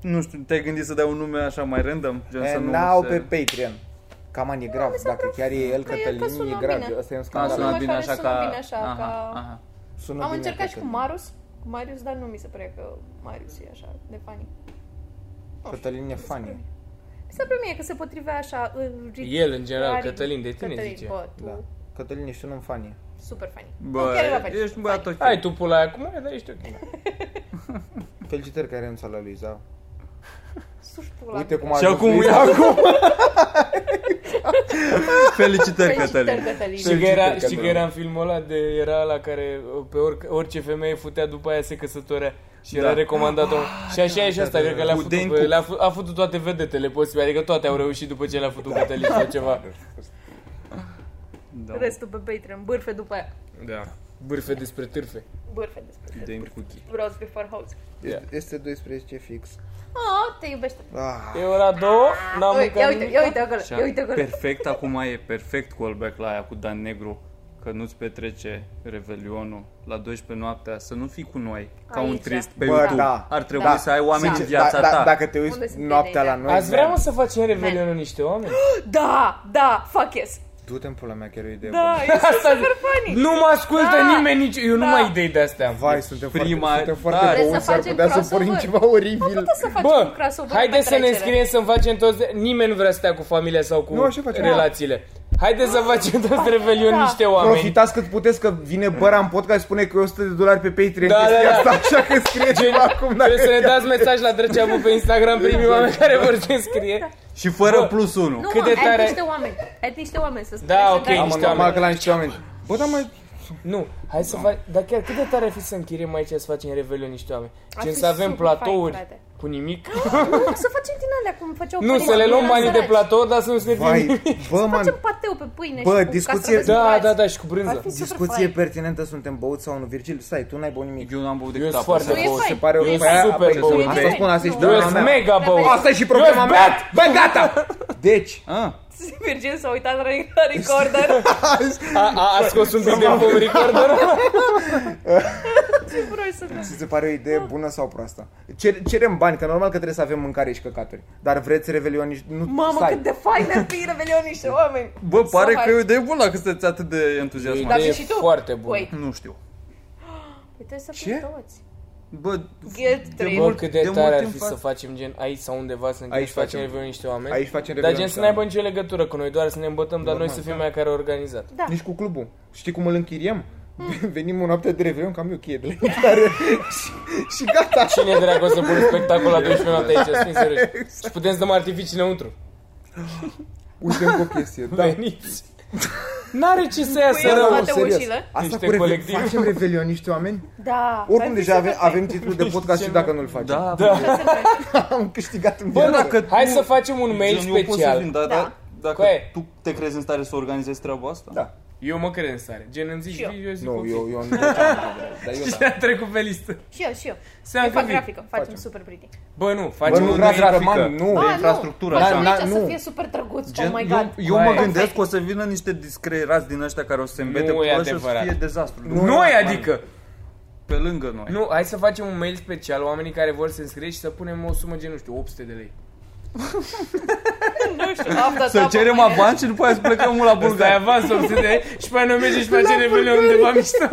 Speaker 2: nu știu, te-ai gândit să dai un nume așa mai random? Gen să
Speaker 4: And
Speaker 2: nu
Speaker 4: now
Speaker 2: se-
Speaker 4: Eh, pe Patreon. Caman e grav, dacă chiar e el
Speaker 5: că e- că
Speaker 4: Cătălin, e
Speaker 5: sună
Speaker 4: grav.
Speaker 5: bine.
Speaker 4: Asta e un
Speaker 2: A,
Speaker 4: scandal.
Speaker 5: sună
Speaker 2: sunat bine
Speaker 5: care
Speaker 2: așa
Speaker 5: sună
Speaker 2: ca...
Speaker 5: bine așa,
Speaker 2: aha,
Speaker 5: ca-
Speaker 2: aha.
Speaker 4: Sună
Speaker 5: Am
Speaker 4: bine
Speaker 5: încercat și cu
Speaker 4: Cătălin.
Speaker 5: Marius, cu Marius, dar nu mi se părea că Marius e așa de funny.
Speaker 4: Cătălin e funny.
Speaker 5: Mi se părea mie că se potrivea așa în rit-
Speaker 3: El, în general,
Speaker 5: raric.
Speaker 3: Cătălin, de tine
Speaker 5: Cătălin,
Speaker 3: zice.
Speaker 5: Bă, tu,
Speaker 4: Da. Cătălin, ești un om funny.
Speaker 5: super funny. Nu, chiar era
Speaker 2: Bă,
Speaker 5: funny.
Speaker 2: ești un băiat
Speaker 5: Funny.
Speaker 2: ok.
Speaker 3: Ai tu pula aia, cum e, dar ești ok.
Speaker 4: Felicitări că ai renunțat la Luiza.
Speaker 5: Suși pula.
Speaker 4: Uite cum a
Speaker 2: Și
Speaker 4: ajuns
Speaker 2: acum,
Speaker 4: Luiza.
Speaker 2: acum! Felicitări, Cătălin!
Speaker 5: Felicitări, Cătălin.
Speaker 3: Știi că, era,
Speaker 4: Felicitări,
Speaker 3: știi că
Speaker 4: Cătălin.
Speaker 3: era în filmul ăla de era la care uh, pe orice, orice femeie futea după aia se căsătorea și era
Speaker 2: Da.
Speaker 3: recomandat o Și așa e și asta, cred că le-a
Speaker 2: Cu
Speaker 3: futut,
Speaker 2: Dan
Speaker 3: pe-
Speaker 2: Cook.
Speaker 3: le-a fu- a futut toate vedetele posibile, adică toate au reușit după ce le-a futut Cătălin sau ceva.
Speaker 2: Da.
Speaker 5: Restul pe Patreon, bârfe după aia.
Speaker 3: Da. Bârfe despre târfe.
Speaker 5: Bârfe despre
Speaker 2: Dan Cookie.
Speaker 5: Bros before hoes.
Speaker 3: Ia.
Speaker 4: Este 12 fix.
Speaker 5: Oh, te iubește.
Speaker 4: Ah,
Speaker 3: E ora două, n-am
Speaker 5: Uite, ia
Speaker 3: mâncat
Speaker 5: uite,
Speaker 3: nimic.
Speaker 5: ia uite acolo,
Speaker 2: Și
Speaker 5: ia uite acolo.
Speaker 2: perfect, acum e perfect callback la aia cu Dan Negru că nu-ți petrece Revelionul la 12 noaptea, să nu fii cu noi ca un
Speaker 5: Aici.
Speaker 2: trist pe
Speaker 4: Bă,
Speaker 2: YouTube.
Speaker 4: da.
Speaker 2: Ar trebui
Speaker 4: Da.
Speaker 2: să ai oameni
Speaker 4: Sincer,
Speaker 2: în viața
Speaker 4: da-
Speaker 2: ta.
Speaker 4: da- Dacă te
Speaker 5: Unde
Speaker 4: uiți
Speaker 5: sunt
Speaker 4: noaptea la
Speaker 5: ideile?
Speaker 4: noi...
Speaker 3: Ați vrea mă să facem revelionul niște oameni?
Speaker 5: Da, da, fuck yes.
Speaker 4: Du-te în pula mea, chiar e o idee bună.
Speaker 5: Da, e super funny.
Speaker 3: Nu mă ascultă
Speaker 5: Da.
Speaker 3: nimeni nici... Eu nu
Speaker 5: Da.
Speaker 3: mai am idei de-astea.
Speaker 4: Vai, suntem
Speaker 2: Prima-
Speaker 4: foarte, suntem
Speaker 2: da.
Speaker 4: foarte
Speaker 2: Vrem
Speaker 5: să
Speaker 4: băuți, ar
Speaker 5: facem
Speaker 4: putea să
Speaker 5: crossover.
Speaker 4: pornim ceva oribil.
Speaker 5: Putem să facem un
Speaker 3: Bă,
Speaker 5: crossover
Speaker 3: haideți să ne
Speaker 5: petrecere.
Speaker 3: înscriem să facem toți... Nimeni nu vrea să stea cu familia sau cu
Speaker 4: Nu, așa facem.
Speaker 3: relațiile. Haideți să facem toți revelion
Speaker 5: Da.
Speaker 3: niște oameni.
Speaker 4: Profitați cât puteți că vine Băra în podcast și spune că e 100 de dolari pe Patreon
Speaker 3: Da,
Speaker 4: chestia
Speaker 3: da, da.
Speaker 4: asta, așa că scrie ceva acum da. dacă Exact.
Speaker 3: Trebuie să ne dați mesaj la Drăceavu pe Instagram primii oameni care vor să înscrie.
Speaker 2: Și fără
Speaker 3: Bă.
Speaker 2: plus 1.
Speaker 5: Nu,
Speaker 3: Cât
Speaker 5: Cât
Speaker 3: de
Speaker 5: de
Speaker 3: tare-
Speaker 5: ai niște oameni. Ai niște oameni să spune.
Speaker 3: Da,
Speaker 5: să
Speaker 3: ok,
Speaker 5: dai-
Speaker 4: Am
Speaker 3: niște
Speaker 4: normal
Speaker 3: oameni.
Speaker 4: că la niște oameni. Bă, da, dar mai...
Speaker 3: Nu, hai să fac... Dar chiar cât de tare ar fi să închiriem aici să facem revelion niște oameni?
Speaker 5: Ar
Speaker 3: Gen
Speaker 5: fi
Speaker 3: să avem
Speaker 5: super
Speaker 3: platouri
Speaker 5: fain, frate.
Speaker 3: cu nimic.
Speaker 5: Nu, să facem din alea cum făceau
Speaker 3: Nu,
Speaker 5: părinții
Speaker 3: să le
Speaker 5: când
Speaker 3: luăm
Speaker 5: eram
Speaker 3: banii de
Speaker 5: săraci.
Speaker 3: platou, dar să nu scriem
Speaker 4: Vai,
Speaker 3: nimic.
Speaker 4: bă, man,
Speaker 5: Facem pateu pe pâine
Speaker 4: Bă,
Speaker 5: și cu
Speaker 4: discuție-
Speaker 5: castrăveți
Speaker 3: Da,
Speaker 5: curați.
Speaker 3: da, da, și cu
Speaker 5: Ar
Speaker 3: brânză.
Speaker 5: fi super
Speaker 4: discuție
Speaker 5: fain.
Speaker 4: pertinentă, suntem băuți sau nu, Virgil? Stai, tu n-ai băut nimic.
Speaker 2: Eu n-am băut
Speaker 3: Eu
Speaker 2: decât
Speaker 3: sunt
Speaker 2: apă.
Speaker 3: foarte
Speaker 5: Nu e
Speaker 3: băut.
Speaker 5: fain.
Speaker 4: Se pare
Speaker 3: Eu
Speaker 4: o...
Speaker 3: sunt
Speaker 4: Bă, aia-
Speaker 3: super
Speaker 4: aia-
Speaker 3: băut.
Speaker 4: Asta spun, asta e și
Speaker 5: Nu,
Speaker 3: Eu
Speaker 4: problema
Speaker 3: sunt
Speaker 4: mea.
Speaker 3: mega băut.
Speaker 4: Asta e și problema
Speaker 3: Eu-s
Speaker 4: mea.
Speaker 3: bad!
Speaker 4: Bă, gata! Deci,
Speaker 2: Ah,
Speaker 5: Virgil s-a uitat la la recorder.
Speaker 3: A, a, a scos un pic de foam recorder?
Speaker 5: Ce proști sunt.
Speaker 4: ți se pare o idee bună sau proastă? Cer- cerem bani, că normal că trebuie să avem mâncare și căcaturi. Dar vreți revelion nici... Nu,
Speaker 5: Mamă,
Speaker 4: stai.
Speaker 5: cât de fain ar fi revelion niște oameni.
Speaker 2: bă, pare
Speaker 5: Sau
Speaker 2: că
Speaker 5: hai.
Speaker 2: e de bun la că sunteți atât de
Speaker 5: Dar
Speaker 2: entuziasmat.
Speaker 3: Dar-
Speaker 5: fi
Speaker 3: e
Speaker 5: și tu.
Speaker 3: foarte bun.
Speaker 5: Wait,
Speaker 4: Da.
Speaker 2: Nu știu.
Speaker 5: puteți să
Speaker 4: Ce?
Speaker 5: fim toți.
Speaker 4: Da.
Speaker 2: Bă,
Speaker 5: Get trei.
Speaker 3: Bă,
Speaker 2: mult-
Speaker 3: cât
Speaker 2: de
Speaker 3: de,
Speaker 2: mult
Speaker 3: tare ar
Speaker 2: timp
Speaker 3: fi
Speaker 2: fac-
Speaker 3: să facem gen aici sau undeva să încercăm
Speaker 4: Aici
Speaker 3: să facem
Speaker 4: facem.
Speaker 3: revelion niște oameni.
Speaker 4: Aici
Speaker 3: Dar
Speaker 4: facem revelion
Speaker 3: gen să
Speaker 4: niște
Speaker 3: n aibă
Speaker 4: oameni.
Speaker 3: nicio legătură cu noi, doar să ne îmbătăm, dar noi să fim mai care organizat.
Speaker 5: Da.
Speaker 4: Nici cu clubul. Știi cum îl închiriem? Venim o noapte de revelion, cam eu cheie de la intrare și, și gata.
Speaker 3: Cine dracu o să pun spectacol la 12 noapte aici, stai serios. Și putem să dăm artificii înăuntru.
Speaker 4: Uite încă o chestie.
Speaker 3: Păi,
Speaker 4: Da.
Speaker 3: Veniți. N-are ce să iasă
Speaker 5: Păi,
Speaker 4: Da,
Speaker 3: rău.
Speaker 5: toate
Speaker 4: serios.
Speaker 5: ușile.
Speaker 4: Asta
Speaker 3: Niște
Speaker 4: cu reve-
Speaker 3: colectiv.
Speaker 4: facem revelion niște oameni?
Speaker 5: Da.
Speaker 4: Oricum deja avem,
Speaker 5: aveți.
Speaker 4: avem titlul de podcast și dacă nu-l facem.
Speaker 2: Da,
Speaker 3: Da.
Speaker 4: Am câștigat în
Speaker 2: Bă,
Speaker 4: viață.
Speaker 2: dacă tu,
Speaker 3: Hai să facem un mail
Speaker 2: gen, eu pot să
Speaker 3: special.
Speaker 2: vin, da, da.
Speaker 5: Da.
Speaker 2: Dacă
Speaker 3: Coe.
Speaker 2: tu te crezi în stare să organizezi treaba asta?
Speaker 4: Da.
Speaker 3: Eu mă cred în stare. Gen îmi zici,
Speaker 5: Și eu.
Speaker 3: eu zic
Speaker 4: Nu,
Speaker 3: ok.
Speaker 4: eu, eu nu dar eu
Speaker 3: Și
Speaker 4: da.
Speaker 3: a trecut pe listă.
Speaker 5: Și eu, și eu.
Speaker 3: Se
Speaker 5: Eu
Speaker 3: am
Speaker 5: fac
Speaker 3: gândit.
Speaker 5: grafică, facem
Speaker 4: Facem.
Speaker 5: super pretty.
Speaker 3: Bă, nu,
Speaker 4: Bă,
Speaker 3: facem
Speaker 4: nu,
Speaker 3: un
Speaker 4: grafic,
Speaker 3: grafică.
Speaker 4: Roman, nu.
Speaker 5: Ba, nu,
Speaker 2: infrastructură,
Speaker 5: facem
Speaker 4: da,
Speaker 5: aici
Speaker 4: na-
Speaker 5: să
Speaker 4: nu.
Speaker 5: fie super drăguț,
Speaker 2: Gen,
Speaker 5: oh my
Speaker 2: eu,
Speaker 5: god.
Speaker 2: eu mă
Speaker 3: Hai.
Speaker 2: gândesc că o să vină niște discre rați din ăștia care o să se îmbete
Speaker 3: Nu
Speaker 2: pe
Speaker 3: e
Speaker 2: ăla și o să
Speaker 3: adevărat.
Speaker 2: fie dezastru.
Speaker 3: Noi, adică.
Speaker 2: Pe lângă noi.
Speaker 3: Nu, hai să facem un mail special oamenii care vor să se înscrie și să punem o sumă gen, nu știu, 800 de lei.
Speaker 5: Nu știu, after
Speaker 2: Să
Speaker 5: top
Speaker 2: cerem
Speaker 5: of my head.
Speaker 2: avans și după aia să plecăm la
Speaker 3: Bulgaria.
Speaker 2: Bulgaria.
Speaker 3: Asta avans 800 de lei și pe noi merge și face revele undeva mișto.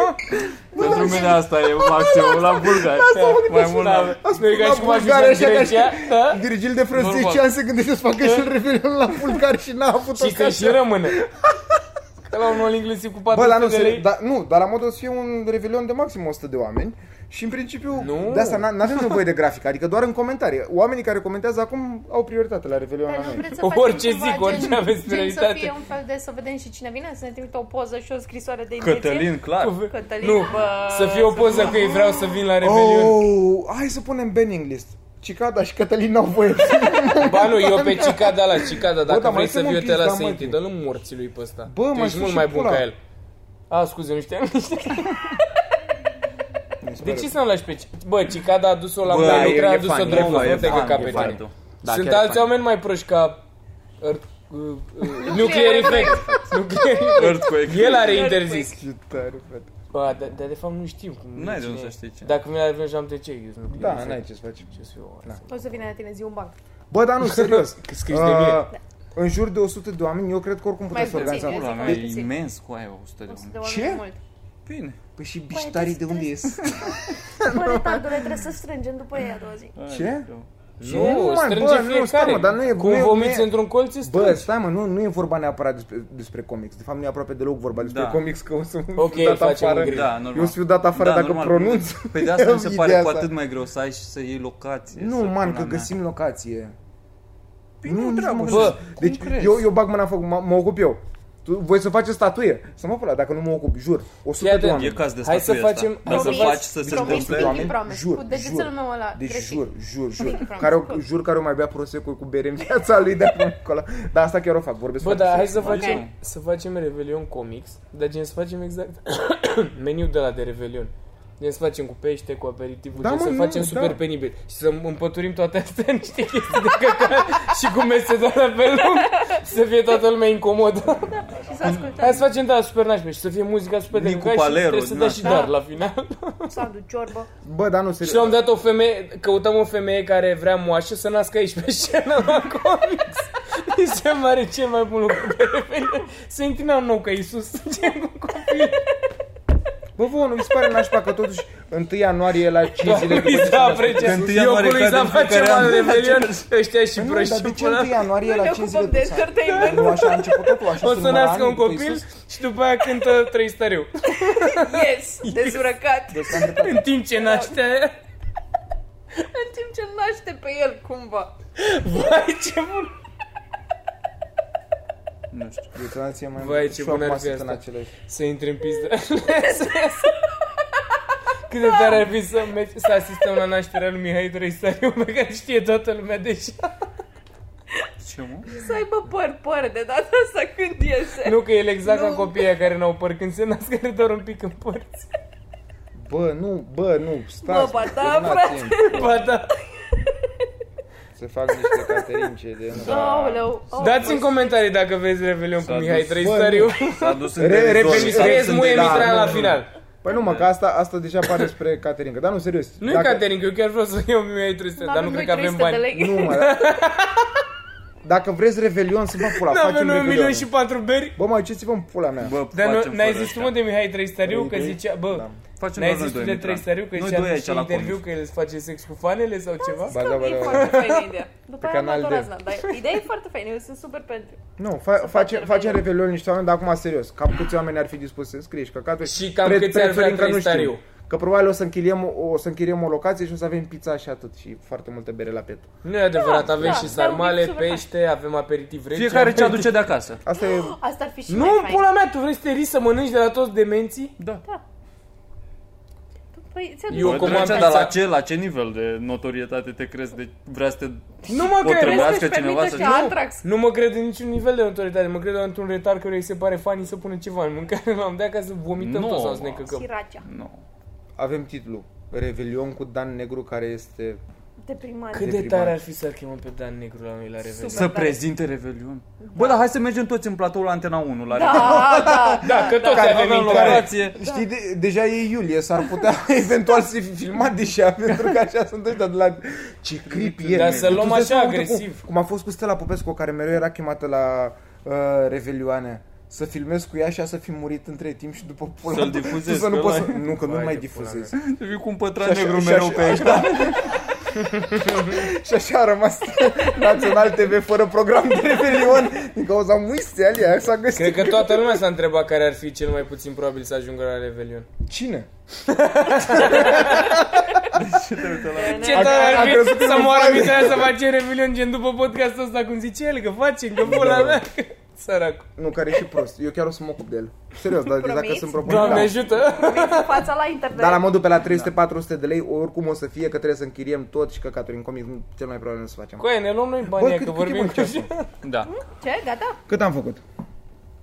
Speaker 2: Pentru mine asta e maximul la Bulgaria. Mai mult la...
Speaker 3: Nu e ca și cum aș fi în Grecia. da?
Speaker 4: Virgil de
Speaker 2: Normal.
Speaker 4: Frănțici ani se gândește să facă și un revelion la bulgari și n-a avut o
Speaker 3: Și că și
Speaker 4: casă.
Speaker 3: rămâne. Că la unul inclusiv cu
Speaker 4: Bă, la
Speaker 3: 400
Speaker 4: nu,
Speaker 3: de
Speaker 4: se,
Speaker 3: lei.
Speaker 4: da, nu, dar la modul să fie un revelion de maxim 100 de oameni și în principiu
Speaker 3: Nu.
Speaker 4: de asta n avem nevoie de grafică, adică doar în comentarii. Oamenii care comentează acum au prioritate la revelion la
Speaker 5: Dar nu
Speaker 4: noi.
Speaker 5: vreți să facem
Speaker 3: Orice
Speaker 5: cumva,
Speaker 3: zic, orice
Speaker 5: gen,
Speaker 3: aveți
Speaker 5: gen să
Speaker 3: prioritate.
Speaker 5: fie un fel de să vedem și cine vine, să ne trimită o poză și o scrisoare de intenție.
Speaker 2: Cătălin, clar.
Speaker 5: Cătălin,
Speaker 3: Nu,
Speaker 5: bă,
Speaker 3: să fie o poză că ei vreau să vin la Revelion.
Speaker 4: Oh, hai să punem banning list. Cicada și Cătălin n-au voie.
Speaker 3: Ba nu, eu pe Cicada la Cicada, dacă
Speaker 4: dar mai
Speaker 3: vrei să
Speaker 4: dăm un
Speaker 3: vii eu te
Speaker 4: pizda,
Speaker 3: las să
Speaker 4: mă,
Speaker 3: intri,
Speaker 4: tine.
Speaker 3: dă-l în morții lui pe ăsta.
Speaker 4: Bă,
Speaker 3: tu
Speaker 4: mă,
Speaker 3: ești
Speaker 4: și-
Speaker 3: mult
Speaker 4: și
Speaker 3: mai bun
Speaker 4: pula.
Speaker 3: ca el. A, scuze, nu știam De ce să nu lași pe Cicada? Bă, Cicada a adus-o la
Speaker 2: Bă,
Speaker 3: bun
Speaker 2: e-
Speaker 3: lucru, a
Speaker 4: e
Speaker 3: adus-o
Speaker 4: fan,
Speaker 3: drept,
Speaker 4: e
Speaker 3: nu
Speaker 2: fan, e
Speaker 3: te
Speaker 2: fan,
Speaker 3: căca
Speaker 2: e
Speaker 3: pe
Speaker 2: fan.
Speaker 3: tine.
Speaker 2: Da,
Speaker 3: Sunt
Speaker 2: chiar
Speaker 3: alți
Speaker 2: fain.
Speaker 3: oameni mai proști ca Earth- uh, uh, Nuclear Effect. Nuclear Effect.
Speaker 2: Earthquake.
Speaker 3: El are interzis.
Speaker 4: Ce tare, frate.
Speaker 3: Ba, dar dar de fapt nu știm cum
Speaker 2: N-ai de
Speaker 3: cine
Speaker 2: unde să
Speaker 3: e.
Speaker 2: știi cine.
Speaker 3: Dacă mi-l avem și am de ce, eu sunt Nuclear
Speaker 4: Da,
Speaker 3: Effect.
Speaker 4: n-ai Da. ce să faci.
Speaker 3: Ce să fiu, hai să-
Speaker 5: O să vină la tine zi un banc.
Speaker 4: Bă, dar nu, serios.
Speaker 3: Că scrii de mie.
Speaker 4: Uh, În jur de 100 de oameni, eu cred că oricum putem
Speaker 5: Mai
Speaker 4: să
Speaker 5: puțin,
Speaker 4: organizăm.
Speaker 5: eu
Speaker 2: Pula
Speaker 5: zic
Speaker 2: mea,
Speaker 5: mai
Speaker 2: e
Speaker 5: puțin.
Speaker 2: imens cu aia 100 de
Speaker 5: O să
Speaker 2: oameni.
Speaker 5: dea oameni
Speaker 4: Ce?
Speaker 5: mult.
Speaker 2: Bine.
Speaker 4: Păi și biștarii de unde ies?
Speaker 5: Bă, retardule, trebuie să strângem după ei a doua zi.
Speaker 4: Ce?
Speaker 3: Nu,
Speaker 4: man,
Speaker 3: strânge
Speaker 4: bă, nu,
Speaker 3: fiecare.
Speaker 4: stai, mă, dar nu e-
Speaker 3: Cum
Speaker 4: nu e-
Speaker 3: vomiți
Speaker 4: nu e-
Speaker 3: într-un colț, este
Speaker 4: Bă, stai mă, nu, nu e vorba neapărat despre, despre comics. De fapt, nu e aproape deloc vorba despre
Speaker 2: Da.
Speaker 4: comics, că o să
Speaker 3: Ok,
Speaker 4: fiu dat
Speaker 3: facem
Speaker 4: afară.
Speaker 3: un grip.
Speaker 2: Da, normal.
Speaker 4: Eu o să fiu dat afară dacă pronunț.
Speaker 2: Pe de asta mi se pare
Speaker 4: ideea
Speaker 2: cu
Speaker 4: asta.
Speaker 2: atât mai greu să ai și să iei locație.
Speaker 4: Nu,
Speaker 2: să
Speaker 4: man,
Speaker 2: pula
Speaker 4: că
Speaker 2: mea.
Speaker 4: găsim locație.
Speaker 2: Bine, nu
Speaker 4: nici
Speaker 2: treabă,
Speaker 4: mă
Speaker 2: bă,
Speaker 4: gândesc.
Speaker 2: cum
Speaker 4: deci
Speaker 2: crezi?
Speaker 4: eu, eu bag mâna în foc, mă, mă ocup eu. Tu, voi să faceți statuie? Să mă pula, dacă nu mă ocup, jur. 100
Speaker 3: Fii
Speaker 4: de
Speaker 3: atent.
Speaker 2: E
Speaker 4: oameni.
Speaker 2: caz de
Speaker 3: Hai
Speaker 2: statuie
Speaker 3: să facem-
Speaker 2: asta. Dar să
Speaker 5: Promis,
Speaker 2: faci să se
Speaker 5: promis,
Speaker 2: întâmple.
Speaker 5: Pinky
Speaker 4: oameni,
Speaker 5: Promise,
Speaker 4: jur,
Speaker 5: cu degetul
Speaker 4: jur.
Speaker 5: meu ăla
Speaker 4: Deci
Speaker 5: greșit.
Speaker 4: jur, jur, jur.
Speaker 5: Pinky
Speaker 4: Care, o-
Speaker 5: Promise,
Speaker 4: jur care o mai bea prosecco cu bere în viața lui de acum încolo. Dar asta chiar o fac, vorbesc
Speaker 3: Bă,
Speaker 4: foarte
Speaker 3: dar hai
Speaker 4: serios.
Speaker 3: să
Speaker 2: Bă,
Speaker 3: facem,
Speaker 2: nu.
Speaker 3: să facem Revelion Comics, dar gen să facem exact meniul de la de Revelion. Gen să facem cu pește, cu aperitivul,
Speaker 4: Da,
Speaker 3: gen
Speaker 4: mă,
Speaker 3: să
Speaker 4: nu,
Speaker 3: facem
Speaker 4: da.
Speaker 3: super penibil. Și să împăturim toate astea în niște chestii de căcat și cu mese de la pe lung și să fie toată lumea incomodă.
Speaker 5: Și să ascultăm
Speaker 3: Hai să facem da super nașpe și să fie muzica super de
Speaker 2: Nicu
Speaker 3: căcat și
Speaker 2: Paleru,
Speaker 3: trebuie să
Speaker 2: din
Speaker 3: dea
Speaker 2: asta.
Speaker 3: și dar la final.
Speaker 5: Sandu Ciorbă.
Speaker 4: Bă, dar nu,
Speaker 3: Și la un
Speaker 4: serios.
Speaker 3: moment dat o femeie, căutăm o femeie care vrea moașă să nască aici pe scenă la comics. Mi se pare cel mai bun lucru de revenire. Să intri în nou ca Iisus. Ce cu copil.
Speaker 4: Bă, vă, nu mi se pare nașpa că totuși 1 ianuarie la 5 zile
Speaker 3: Lui
Speaker 4: după
Speaker 3: Isa aprecia.
Speaker 2: Că întâi
Speaker 3: Eu
Speaker 2: ianuarie
Speaker 3: cu lui
Speaker 2: cade
Speaker 3: Isa
Speaker 2: în
Speaker 3: facem
Speaker 2: fiecare
Speaker 3: la
Speaker 2: an.
Speaker 3: Revelion ăștia și
Speaker 4: Păi Nu, dar
Speaker 3: proști
Speaker 4: de ce
Speaker 3: pula.
Speaker 4: 1 ianuarie
Speaker 5: Noi ne
Speaker 4: la 5 zile
Speaker 5: ocupăm de
Speaker 4: după
Speaker 5: entertainment.
Speaker 4: Nu, așa a păi început totul, așa
Speaker 3: O
Speaker 4: se
Speaker 3: să
Speaker 4: număra
Speaker 3: nască
Speaker 4: anii
Speaker 3: un
Speaker 4: după
Speaker 3: copil
Speaker 4: Iisus.
Speaker 3: și după aia cântă trei stăriu.
Speaker 5: Yes, dezurăcat.
Speaker 4: Deci am dreptate.
Speaker 3: În timp ce naște...
Speaker 5: În timp ce îl naște pe el, cumva.
Speaker 3: Vai, ce bun!
Speaker 2: Nu știu.
Speaker 4: Detonație mai
Speaker 3: Vai, ce
Speaker 4: și
Speaker 3: bună ar
Speaker 4: acum
Speaker 3: fi
Speaker 4: sunt în
Speaker 3: asta.
Speaker 4: același.
Speaker 3: Să intri în pizdă. Cât de tare ar fi să, mergi, să asistăm la nașterea lui Mihai Trăisariu pe care știe toată lumea deja.
Speaker 2: Ce, mă?
Speaker 5: Să aibă păr, păr de data asta când iese.
Speaker 3: Nu că el exact
Speaker 5: Nu.
Speaker 3: ca copiii aia care n-au păr când se nasc, care doar un pic în părți.
Speaker 4: Bă, nu, bă, nu,
Speaker 5: Bă,
Speaker 4: stați.
Speaker 5: ba da,
Speaker 4: terminați
Speaker 5: frate.
Speaker 4: timp, bă.
Speaker 3: Ba da.
Speaker 4: Se fac niște caterince de...
Speaker 5: Aoleu. aoleu.
Speaker 3: Dați în comentarii dacă vezi Revelion cu
Speaker 2: S-a
Speaker 3: Mihai
Speaker 2: dus.
Speaker 3: Trăisariu.
Speaker 2: S-a dus
Speaker 4: Re-
Speaker 2: în televizor
Speaker 4: repeli-
Speaker 2: și
Speaker 3: Și
Speaker 2: s-a
Speaker 4: re-
Speaker 2: dus
Speaker 3: scrieți
Speaker 2: în
Speaker 3: muie
Speaker 4: da,
Speaker 3: Mitran
Speaker 4: nu,
Speaker 3: la
Speaker 4: nu.
Speaker 3: final.
Speaker 4: Păi nu, mă, că asta, asta deja pare spre caterincă. Dar nu, serios.
Speaker 3: Nu e Caterin, că eu chiar vreau să iau Mihai Trăisariu, dar nu cred că avem bani.
Speaker 4: Nu, mă, da. Dacă vreți revelion, să vă pula,
Speaker 3: Nu
Speaker 4: facem
Speaker 3: avem noi un
Speaker 4: revelion.
Speaker 3: milion și patru beri.
Speaker 4: Bă, mă, ce-ți vă în pula mea?
Speaker 2: Bă,
Speaker 3: Dar nu-
Speaker 2: facem
Speaker 3: n-ai
Speaker 2: fără
Speaker 3: zis tu
Speaker 2: ăștia.
Speaker 3: mă de Mihai Trăisariu că
Speaker 4: idei?
Speaker 3: zicea, bă,
Speaker 4: Da.
Speaker 2: Facem
Speaker 3: N-ai
Speaker 2: doar noi
Speaker 3: zis tu
Speaker 2: doi,
Speaker 3: de
Speaker 2: Mitran.
Speaker 3: trei stariu că
Speaker 2: Noi
Speaker 3: zicea
Speaker 2: doi
Speaker 3: în
Speaker 2: aici la
Speaker 3: interviu
Speaker 2: comic.
Speaker 3: că el îți face sex cu fanele sau ceva?
Speaker 4: Ba, da, ba, da,
Speaker 5: e
Speaker 4: ba.
Speaker 5: foarte faină ideea. După aia
Speaker 4: canal
Speaker 5: mă
Speaker 4: de-
Speaker 5: razna, dar ideea e foarte faină, eu sunt super pentru.
Speaker 4: Nu, fa-
Speaker 5: facem
Speaker 4: face, facem
Speaker 5: revelion.
Speaker 4: revelion niște oameni, dar acum serios. Cam câți oameni ar fi dispuși să scrie și căcatul.
Speaker 3: Și cam câți ar vrea Trei Stariu?
Speaker 4: Că Că probabil o să, închiriem, o, o să închiriem o locație și o să avem pizza și atât și foarte multă bere la pet.
Speaker 3: Nu e adevărat,
Speaker 5: Da,
Speaker 3: avem
Speaker 5: da,
Speaker 3: și
Speaker 5: dar un
Speaker 3: sarmale,
Speaker 5: pic super
Speaker 3: pește, avem aperitiv rece.
Speaker 2: Fiecare ce
Speaker 3: aperitiv-
Speaker 2: aduce de acasă.
Speaker 4: Asta e...
Speaker 5: Asta ar fi și
Speaker 3: Nu,
Speaker 5: mai fain.
Speaker 3: pula mea, tu vrei să te rii să mănânci de la toți demenții?
Speaker 2: Da.
Speaker 5: Păi, ți-aduc.
Speaker 3: Eu
Speaker 2: Bă,
Speaker 3: comand
Speaker 2: Drăcea,
Speaker 3: pizza.
Speaker 2: dar la ce, la ce nivel de notorietate te crezi? De, vrea să te
Speaker 3: Nu mă cred!
Speaker 5: trebuie-
Speaker 2: potrebească
Speaker 5: să-și
Speaker 2: cineva
Speaker 5: permită
Speaker 2: să...
Speaker 5: și
Speaker 2: Nu.
Speaker 5: Antrax.
Speaker 3: Nu mă cred în niciun nivel de autoritate, mă cred doar într-un retard care îi se pare funny să pună ceva în mâncare la un dea ca să vomităm
Speaker 2: Nu,
Speaker 3: tot sau să ne
Speaker 2: mă.
Speaker 3: căcăm.
Speaker 5: Siracea.
Speaker 2: Nu.
Speaker 4: Avem titlu. Revelion cu Dan Negru care este...
Speaker 5: Deprimant.
Speaker 3: Cât de
Speaker 4: Deprimant.
Speaker 3: tare ar fi să-l chemăm pe Dan Negru la noi la revedere.
Speaker 5: Super.
Speaker 2: Să prezinte Revelion. Bă, dar hai să mergem toți în platou la Antena 1, la Revelion.
Speaker 5: Da, da.
Speaker 3: Da, că toți
Speaker 2: Avem
Speaker 3: avem intrare.
Speaker 2: locație.
Speaker 4: Știi, de, deja e iulie, s-ar putea eventual să fie filmat deja, pentru că așa sunt ăștia de la... Ce creepy e,
Speaker 3: Dar
Speaker 4: man.
Speaker 3: să luăm
Speaker 4: Tu îți dai
Speaker 3: așa
Speaker 4: seama, uite,
Speaker 3: agresiv.
Speaker 4: Cum, cum a fost cu Stella Popescu, care mereu era chemată la uh, Revelioane. Să filmez cu ea și ea să fi murit între timp și după pula
Speaker 2: Să-l
Speaker 4: mea,
Speaker 2: difuzezi
Speaker 4: tu Să nu,
Speaker 2: pe
Speaker 4: poți
Speaker 2: la-
Speaker 4: să, nu, că nu
Speaker 3: Vai
Speaker 4: mai
Speaker 3: de pula
Speaker 4: difuzezi.
Speaker 2: Să fii cu un pătrat
Speaker 4: Și așa-
Speaker 2: negru
Speaker 4: și
Speaker 2: mereu
Speaker 4: așa- Da.
Speaker 2: pe aici.
Speaker 4: Și așa a rămas Național TV fără program de Revelion din cauza muistea alia, s-a găsit.
Speaker 3: Cred că toată lumea s-a întrebat care ar fi cel mai puțin probabil să ajungă la Revelion.
Speaker 4: Cine?
Speaker 3: Ce tare
Speaker 4: a- a
Speaker 3: ar
Speaker 4: crezut că
Speaker 3: fi să
Speaker 4: nu
Speaker 3: moară
Speaker 4: face.
Speaker 3: mitarea să facem Revelion gen după podcastul ăsta cum zice el că facem, că pula mea. Săracu.
Speaker 4: Nu, care e și prost. Eu chiar o să mă ocup de el. Serios, dar
Speaker 5: Promiți?
Speaker 4: dacă sunt propun...
Speaker 3: Doamne
Speaker 4: Da.
Speaker 3: ajută!
Speaker 5: Fața la internet.
Speaker 4: Dar la modul pe la 300-400 de lei, oricum o să fie că trebuie să închiriem tot și căcaturi în comic, nu- cel mai probabil nu o să facem.
Speaker 3: Coaie, ne luăm noi
Speaker 4: Bă,
Speaker 3: banii
Speaker 4: cât,
Speaker 3: că
Speaker 4: cât e
Speaker 3: vorbim
Speaker 4: mă
Speaker 3: cu
Speaker 4: ceasul?
Speaker 2: Da.
Speaker 5: Ce? Gata?
Speaker 4: Cât am făcut?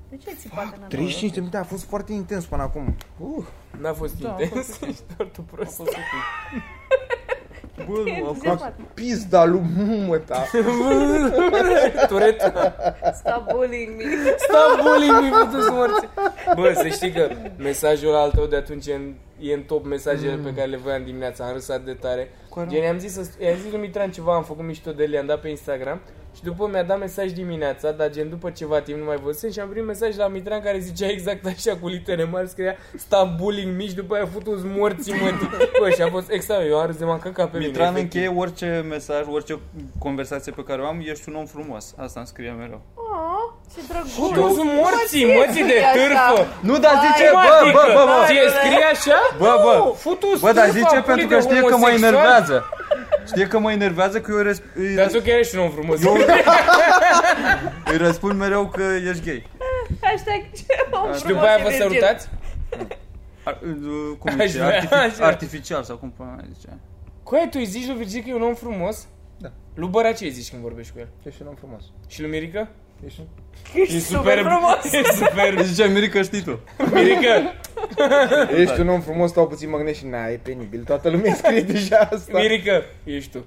Speaker 5: De ce ți poate în
Speaker 4: 35 de minute, a fost foarte intens până acum. Uh,
Speaker 3: N-a fost intens, ești doar tu prost.
Speaker 2: Bă, nu, a fost...
Speaker 5: Exact.
Speaker 4: pizda lui mumă ta.
Speaker 3: Turet,
Speaker 5: Stop bullying me.
Speaker 3: stop bullying, mi-ai făcut să morți. Bă, să știi că mesajul al tău de atunci e în, e în top mesajele pe care le voiam dimineața, am râsat de tare. Gen, i-am zis, să, i-am zis lui Mitran ceva, am făcut mișto de el, i-am dat pe Instagram și după mi-a dat mesaj dimineața, dar gen după ceva timp nu mai văzusem și am primit mesaj la Mitran care zicea exact așa cu litere mari, scria stop bullying mici, după aia futu-ți morții mă. Bă, și a fost exact, eu am râs de m-am căcat pe
Speaker 2: Mitran
Speaker 3: mine. efectiv.
Speaker 2: încheie orice mesaj, orice conversație pe care o am, ești un om frumos. Asta îmi scrie mereu.
Speaker 5: Oh, ce
Speaker 3: Tu
Speaker 5: drăguț.
Speaker 3: sunt morții, mății de târfă!
Speaker 4: Nu, dar
Speaker 5: Hai,
Speaker 4: zice,
Speaker 3: Bă,
Speaker 4: bă, bă, bă, bă,
Speaker 3: Ție scrie așa?
Speaker 2: Bă, bă.
Speaker 3: Futu
Speaker 2: Bă, dar zice pentru că știe că mă enervează. Știe că mă enervează că eu res- îi,
Speaker 3: Dar
Speaker 2: răs-
Speaker 3: tu chiar ești un om frumos.
Speaker 2: îi răspund mereu că ești gay.
Speaker 5: Hashtag ce om
Speaker 3: Și după aia vă sărutați?
Speaker 2: Ar, uh, cum
Speaker 3: Aș
Speaker 2: zice?
Speaker 3: vrea, aș
Speaker 2: Artific-
Speaker 3: vrea.
Speaker 2: artificial sau cum până zice.
Speaker 3: Coaie, tu îi zici lui Virgil că e un om frumos?
Speaker 4: Da.
Speaker 3: Lui Bărea ce îi zici când vorbești cu el?
Speaker 4: Ești un om frumos.
Speaker 3: Și lui Mirica?
Speaker 4: Ești un...
Speaker 5: Ești super frumos.
Speaker 3: E super.
Speaker 2: Îi zice Mirica știi tu.
Speaker 3: Mirica,
Speaker 4: Ești un om frumos, stau puțin, mă gândesc și na, e penibil. Toată lumea scrie deja asta.
Speaker 3: Mirica, ești tu.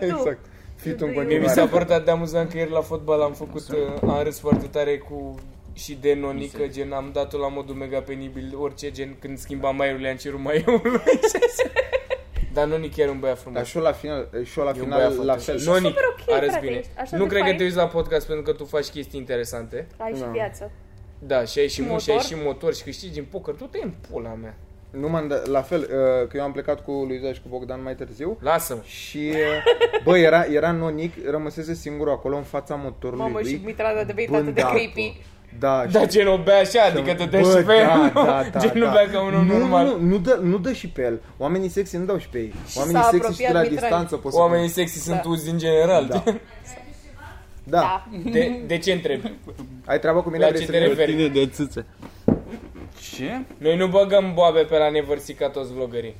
Speaker 4: exact. Fii tu în
Speaker 5: Mie
Speaker 3: Mie mi s-a
Speaker 4: continuare.
Speaker 3: părut atât de amuzant că ieri la fotbal am făcut, uh, am râs foarte tare cu și de nonică, gen, am dat-o la modul mega penibil, orice gen, când schimba maiurile, am cerut maiul Dar Noni chiar un băiat frumos.
Speaker 4: Dar și eu la final, și eu la
Speaker 3: E un băiat
Speaker 4: final la
Speaker 3: făcut.
Speaker 4: fel.
Speaker 3: Noni,
Speaker 5: super ok,
Speaker 3: arăți
Speaker 5: frate,
Speaker 3: bine.
Speaker 5: ești așa
Speaker 3: nu
Speaker 5: de
Speaker 3: cred că
Speaker 5: fain.
Speaker 3: te uiți la podcast pentru că tu faci chestii interesante.
Speaker 5: Ai și
Speaker 4: Da.
Speaker 5: viață.
Speaker 3: Da, și ai și
Speaker 5: Motor.
Speaker 3: mușă, ai și motor și câștigi în poker. Tu te în pula mea.
Speaker 4: Nu m-am dat, la fel, uh, că eu am plecat cu Luiza și cu Bogdan mai târziu
Speaker 3: Lasă-mă.
Speaker 4: și, uh, bă, era, era nonic, rămăsese singur acolo în fața motorului
Speaker 5: Mamă, și
Speaker 4: lui.
Speaker 5: Mitran a devenit atât de
Speaker 4: bând
Speaker 5: creepy.
Speaker 4: apă. Da, și
Speaker 3: Da, gen o bea așa, adică te dai
Speaker 4: Bă, da,
Speaker 3: și pe el, nu? Gen nu bea ca un om
Speaker 4: nu,
Speaker 3: normal.
Speaker 4: Nu, nu, dă, nu dă și pe el. Oamenii sexy nu dau și pe ei. Oamenii
Speaker 5: s-a
Speaker 4: sexy și
Speaker 5: apropiat
Speaker 4: de la
Speaker 5: Mitran.
Speaker 4: distanță poți
Speaker 3: Oamenii
Speaker 4: să...
Speaker 3: sexy sunt
Speaker 5: Da.
Speaker 3: uzi în general.
Speaker 4: Da.
Speaker 3: De,
Speaker 4: Da.
Speaker 5: Da.
Speaker 3: de, de ce întrebi?
Speaker 4: Ai treaba cu mine,
Speaker 3: La
Speaker 4: vrei
Speaker 3: ce
Speaker 4: să
Speaker 3: te
Speaker 4: vii?
Speaker 3: referi? Tine
Speaker 2: de țâțe. Ce?
Speaker 3: Noi nu băgăm boabe pe la nevărsi ca toți vlogării.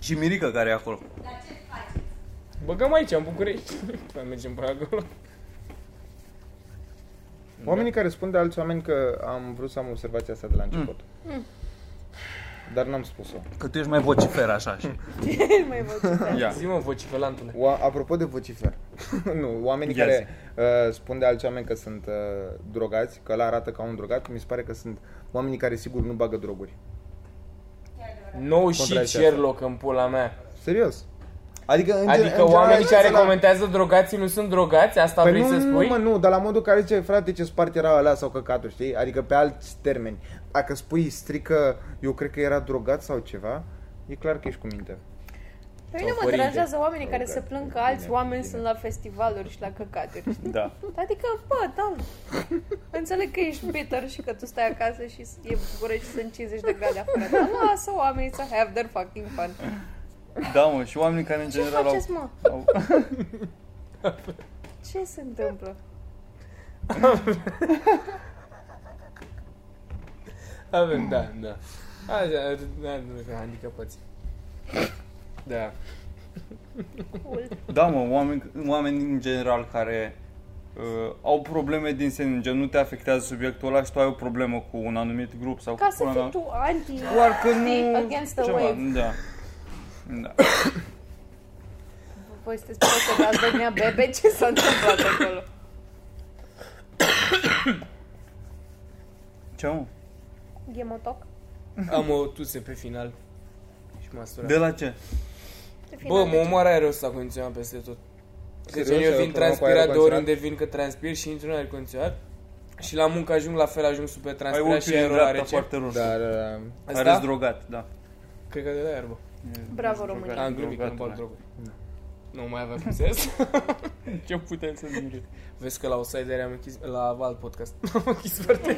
Speaker 2: Și Mirica care e acolo.
Speaker 3: Băgăm aici, în București. Păi mergem până acolo.
Speaker 4: Oamenii care spun de alți oameni că am vrut să am observația asta de la început.
Speaker 5: Mm.
Speaker 4: Dar n-am spus-o.
Speaker 2: Că tu ești mai vocifer așa. și-
Speaker 5: Ce mai văd?
Speaker 2: Ia.
Speaker 3: Zi-mă, vocifelantule.
Speaker 4: O, apropo de vocifer, nu, oamenii
Speaker 2: Ia
Speaker 4: care uh, spun de alți oameni că sunt uh, drogați, că la arată ca un drogat, mi se pare că sunt oamenii care sigur nu bagă droguri.
Speaker 3: No shit,
Speaker 4: Contrazice
Speaker 3: Sherlock, în pula mea.
Speaker 4: Serios. Adică, în gen- în
Speaker 3: Adică
Speaker 4: general,
Speaker 3: oamenii care
Speaker 4: la-
Speaker 3: comentează drogații nu sunt drogați? Asta
Speaker 4: Păi
Speaker 3: vrei
Speaker 4: nu,
Speaker 3: să
Speaker 4: nu,
Speaker 3: spui?
Speaker 4: mă, nu, dar la modul care zice, frate, ce spart era ăla sau căcatul, știi? Adică pe alți termeni. Dacă spui strică, eu cred că era drogat sau ceva, e clar că ești cu minte.
Speaker 5: Pe mine mă
Speaker 2: părinte.
Speaker 5: deranjează oamenii care se plâng că alți
Speaker 4: Bine,
Speaker 5: oameni
Speaker 4: bine.
Speaker 5: sunt la festivaluri și la căcaturi.
Speaker 2: Da.
Speaker 5: Adică, bă, da, înțeleg că ești bitter și că tu stai acasă și e bucură și sunt 50 de grade afară, dar lasă oamenii să have their fucking fun.
Speaker 2: Da, mă, și oamenii care în
Speaker 5: Ce
Speaker 2: general au,
Speaker 5: faceți, mă?
Speaker 2: au...
Speaker 5: Ce se întâmplă?
Speaker 3: Avem, da, da. Așa, da, nu că handicapați. Da.
Speaker 5: Cool.
Speaker 2: Da, mă, oameni, oameni în general care uh, au probleme din senin, gen nu te afectează subiectul ăla și tu ai o problemă cu un anumit grup sau
Speaker 5: Ca
Speaker 2: cu
Speaker 5: să
Speaker 2: una-
Speaker 5: fii tu anti...
Speaker 2: Doar că nu...
Speaker 5: Against the wave.
Speaker 2: Da. da.
Speaker 5: Voi sunteți proste, dar ați domnea bebe, ce s-a întâmplat acolo?
Speaker 2: Ce, mă?
Speaker 5: Gemotoc?
Speaker 3: Am o tuse pe final. Și m-a
Speaker 2: De
Speaker 3: sturat.
Speaker 2: la ce?
Speaker 5: Pe
Speaker 3: Bă,
Speaker 5: final,
Speaker 3: mă omoară aerul ăsta condiționat peste tot. Că
Speaker 4: Serios,
Speaker 3: eu
Speaker 4: ai o
Speaker 3: vin
Speaker 4: problemă cu
Speaker 3: transpirat
Speaker 4: aerul
Speaker 3: de oriunde vin că transpir și intru în aer condiționat. Și la muncă ajung la fel, ajung super
Speaker 2: Ai
Speaker 3: transpirat și
Speaker 2: ochiul
Speaker 3: aerul
Speaker 2: în dreapta
Speaker 3: rece.
Speaker 2: foarte roșu.
Speaker 4: Dar uh,
Speaker 2: Arăți
Speaker 3: Asta?
Speaker 2: drogat, da.
Speaker 3: Cred că de la aer, bă.
Speaker 5: Bravo, România.
Speaker 3: Da, Am glumit că nu
Speaker 4: da.
Speaker 3: bag droguri. Nu mai aveam sens.
Speaker 2: Ce putem să zicem?
Speaker 3: Vezi că la o am închis, la alt podcast, am închis foarte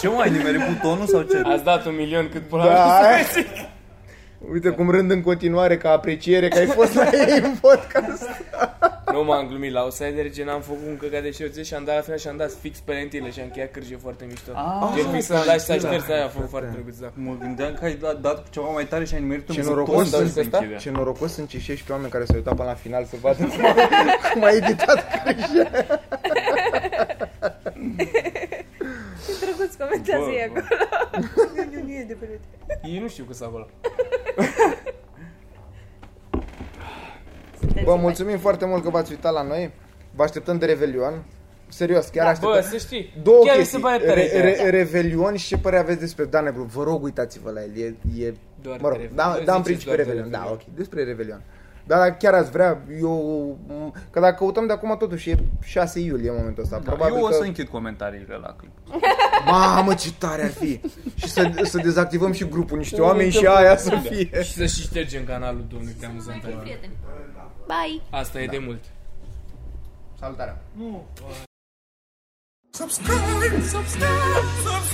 Speaker 2: Ce mai nimerit butonul sau ce?
Speaker 3: Ați dat un milion cât pula
Speaker 4: Da.
Speaker 3: da. să mai zic.
Speaker 4: Uite cum rând în continuare ca apreciere că ai fost la ei în podcast.
Speaker 3: Nu m-am glumit, la Outsider gen am făcut un căcat de șerțe și am dat la final și am dat fix pe lentile și am încheiat cârje foarte mișto.
Speaker 2: Ah,
Speaker 3: Gen fix
Speaker 4: da,
Speaker 3: am dat și s-a șters aia, a fost foarte drăguț, da.
Speaker 2: Mă gândeam că ai dat, dat cu ceva mai tare și ai nimerit un
Speaker 4: Ce
Speaker 2: buton
Speaker 4: norocos
Speaker 2: dar
Speaker 4: sunt
Speaker 2: se
Speaker 3: ăsta.
Speaker 2: închide.
Speaker 4: Ce norocos sunt cei 16 oameni care s-au uitat până la final să vadă cum a, cum a editat Cristian.
Speaker 5: Ce drăguț comentează
Speaker 2: Bă,
Speaker 5: ei
Speaker 2: bă.
Speaker 5: acolo. Nu, nu, nu e de perete.
Speaker 3: Ei nu știu că s-a acolo.
Speaker 5: Sunteți
Speaker 4: Vă
Speaker 5: mai-
Speaker 4: mulțumim foarte mult că v-ați uitat la noi. Vă așteptăm de Revelion. Serios, chiar
Speaker 3: Da, Bă,
Speaker 4: așteptăm.
Speaker 3: să știi,
Speaker 4: Două
Speaker 3: chiar mi se
Speaker 4: chestii.
Speaker 3: pare
Speaker 4: Re,
Speaker 3: tare. ideea.
Speaker 4: re, Revelion și ce părere aveți despre Dan Negru. Vă rog, uitați-vă la el. E, e
Speaker 3: Doar
Speaker 4: mă rog,
Speaker 3: de Revelion.
Speaker 4: da,
Speaker 3: Ziceți
Speaker 4: da, în principiu
Speaker 3: doar de
Speaker 4: Revelion. Da,
Speaker 3: Revelion.
Speaker 4: ok. Despre Revelion. Dar dacă chiar ați vrea, eu... m- Că dacă căutăm de acum totuși e 6 iulie în momentul ăsta.
Speaker 2: Da,
Speaker 4: Probabil
Speaker 2: eu o
Speaker 4: că...
Speaker 2: să închid comentariile la clip.
Speaker 4: Mamă, ce tare ar fi! Și să, să dezactivăm și grupul niște oameni și aia să fie.
Speaker 3: Și să și ștergem canalul domnului de amuzant.
Speaker 6: prieteni.
Speaker 5: Bye!
Speaker 3: Asta
Speaker 4: Da.
Speaker 3: e de mult.
Speaker 4: Salutare!
Speaker 1: Subscribe, subscribe, subscribe.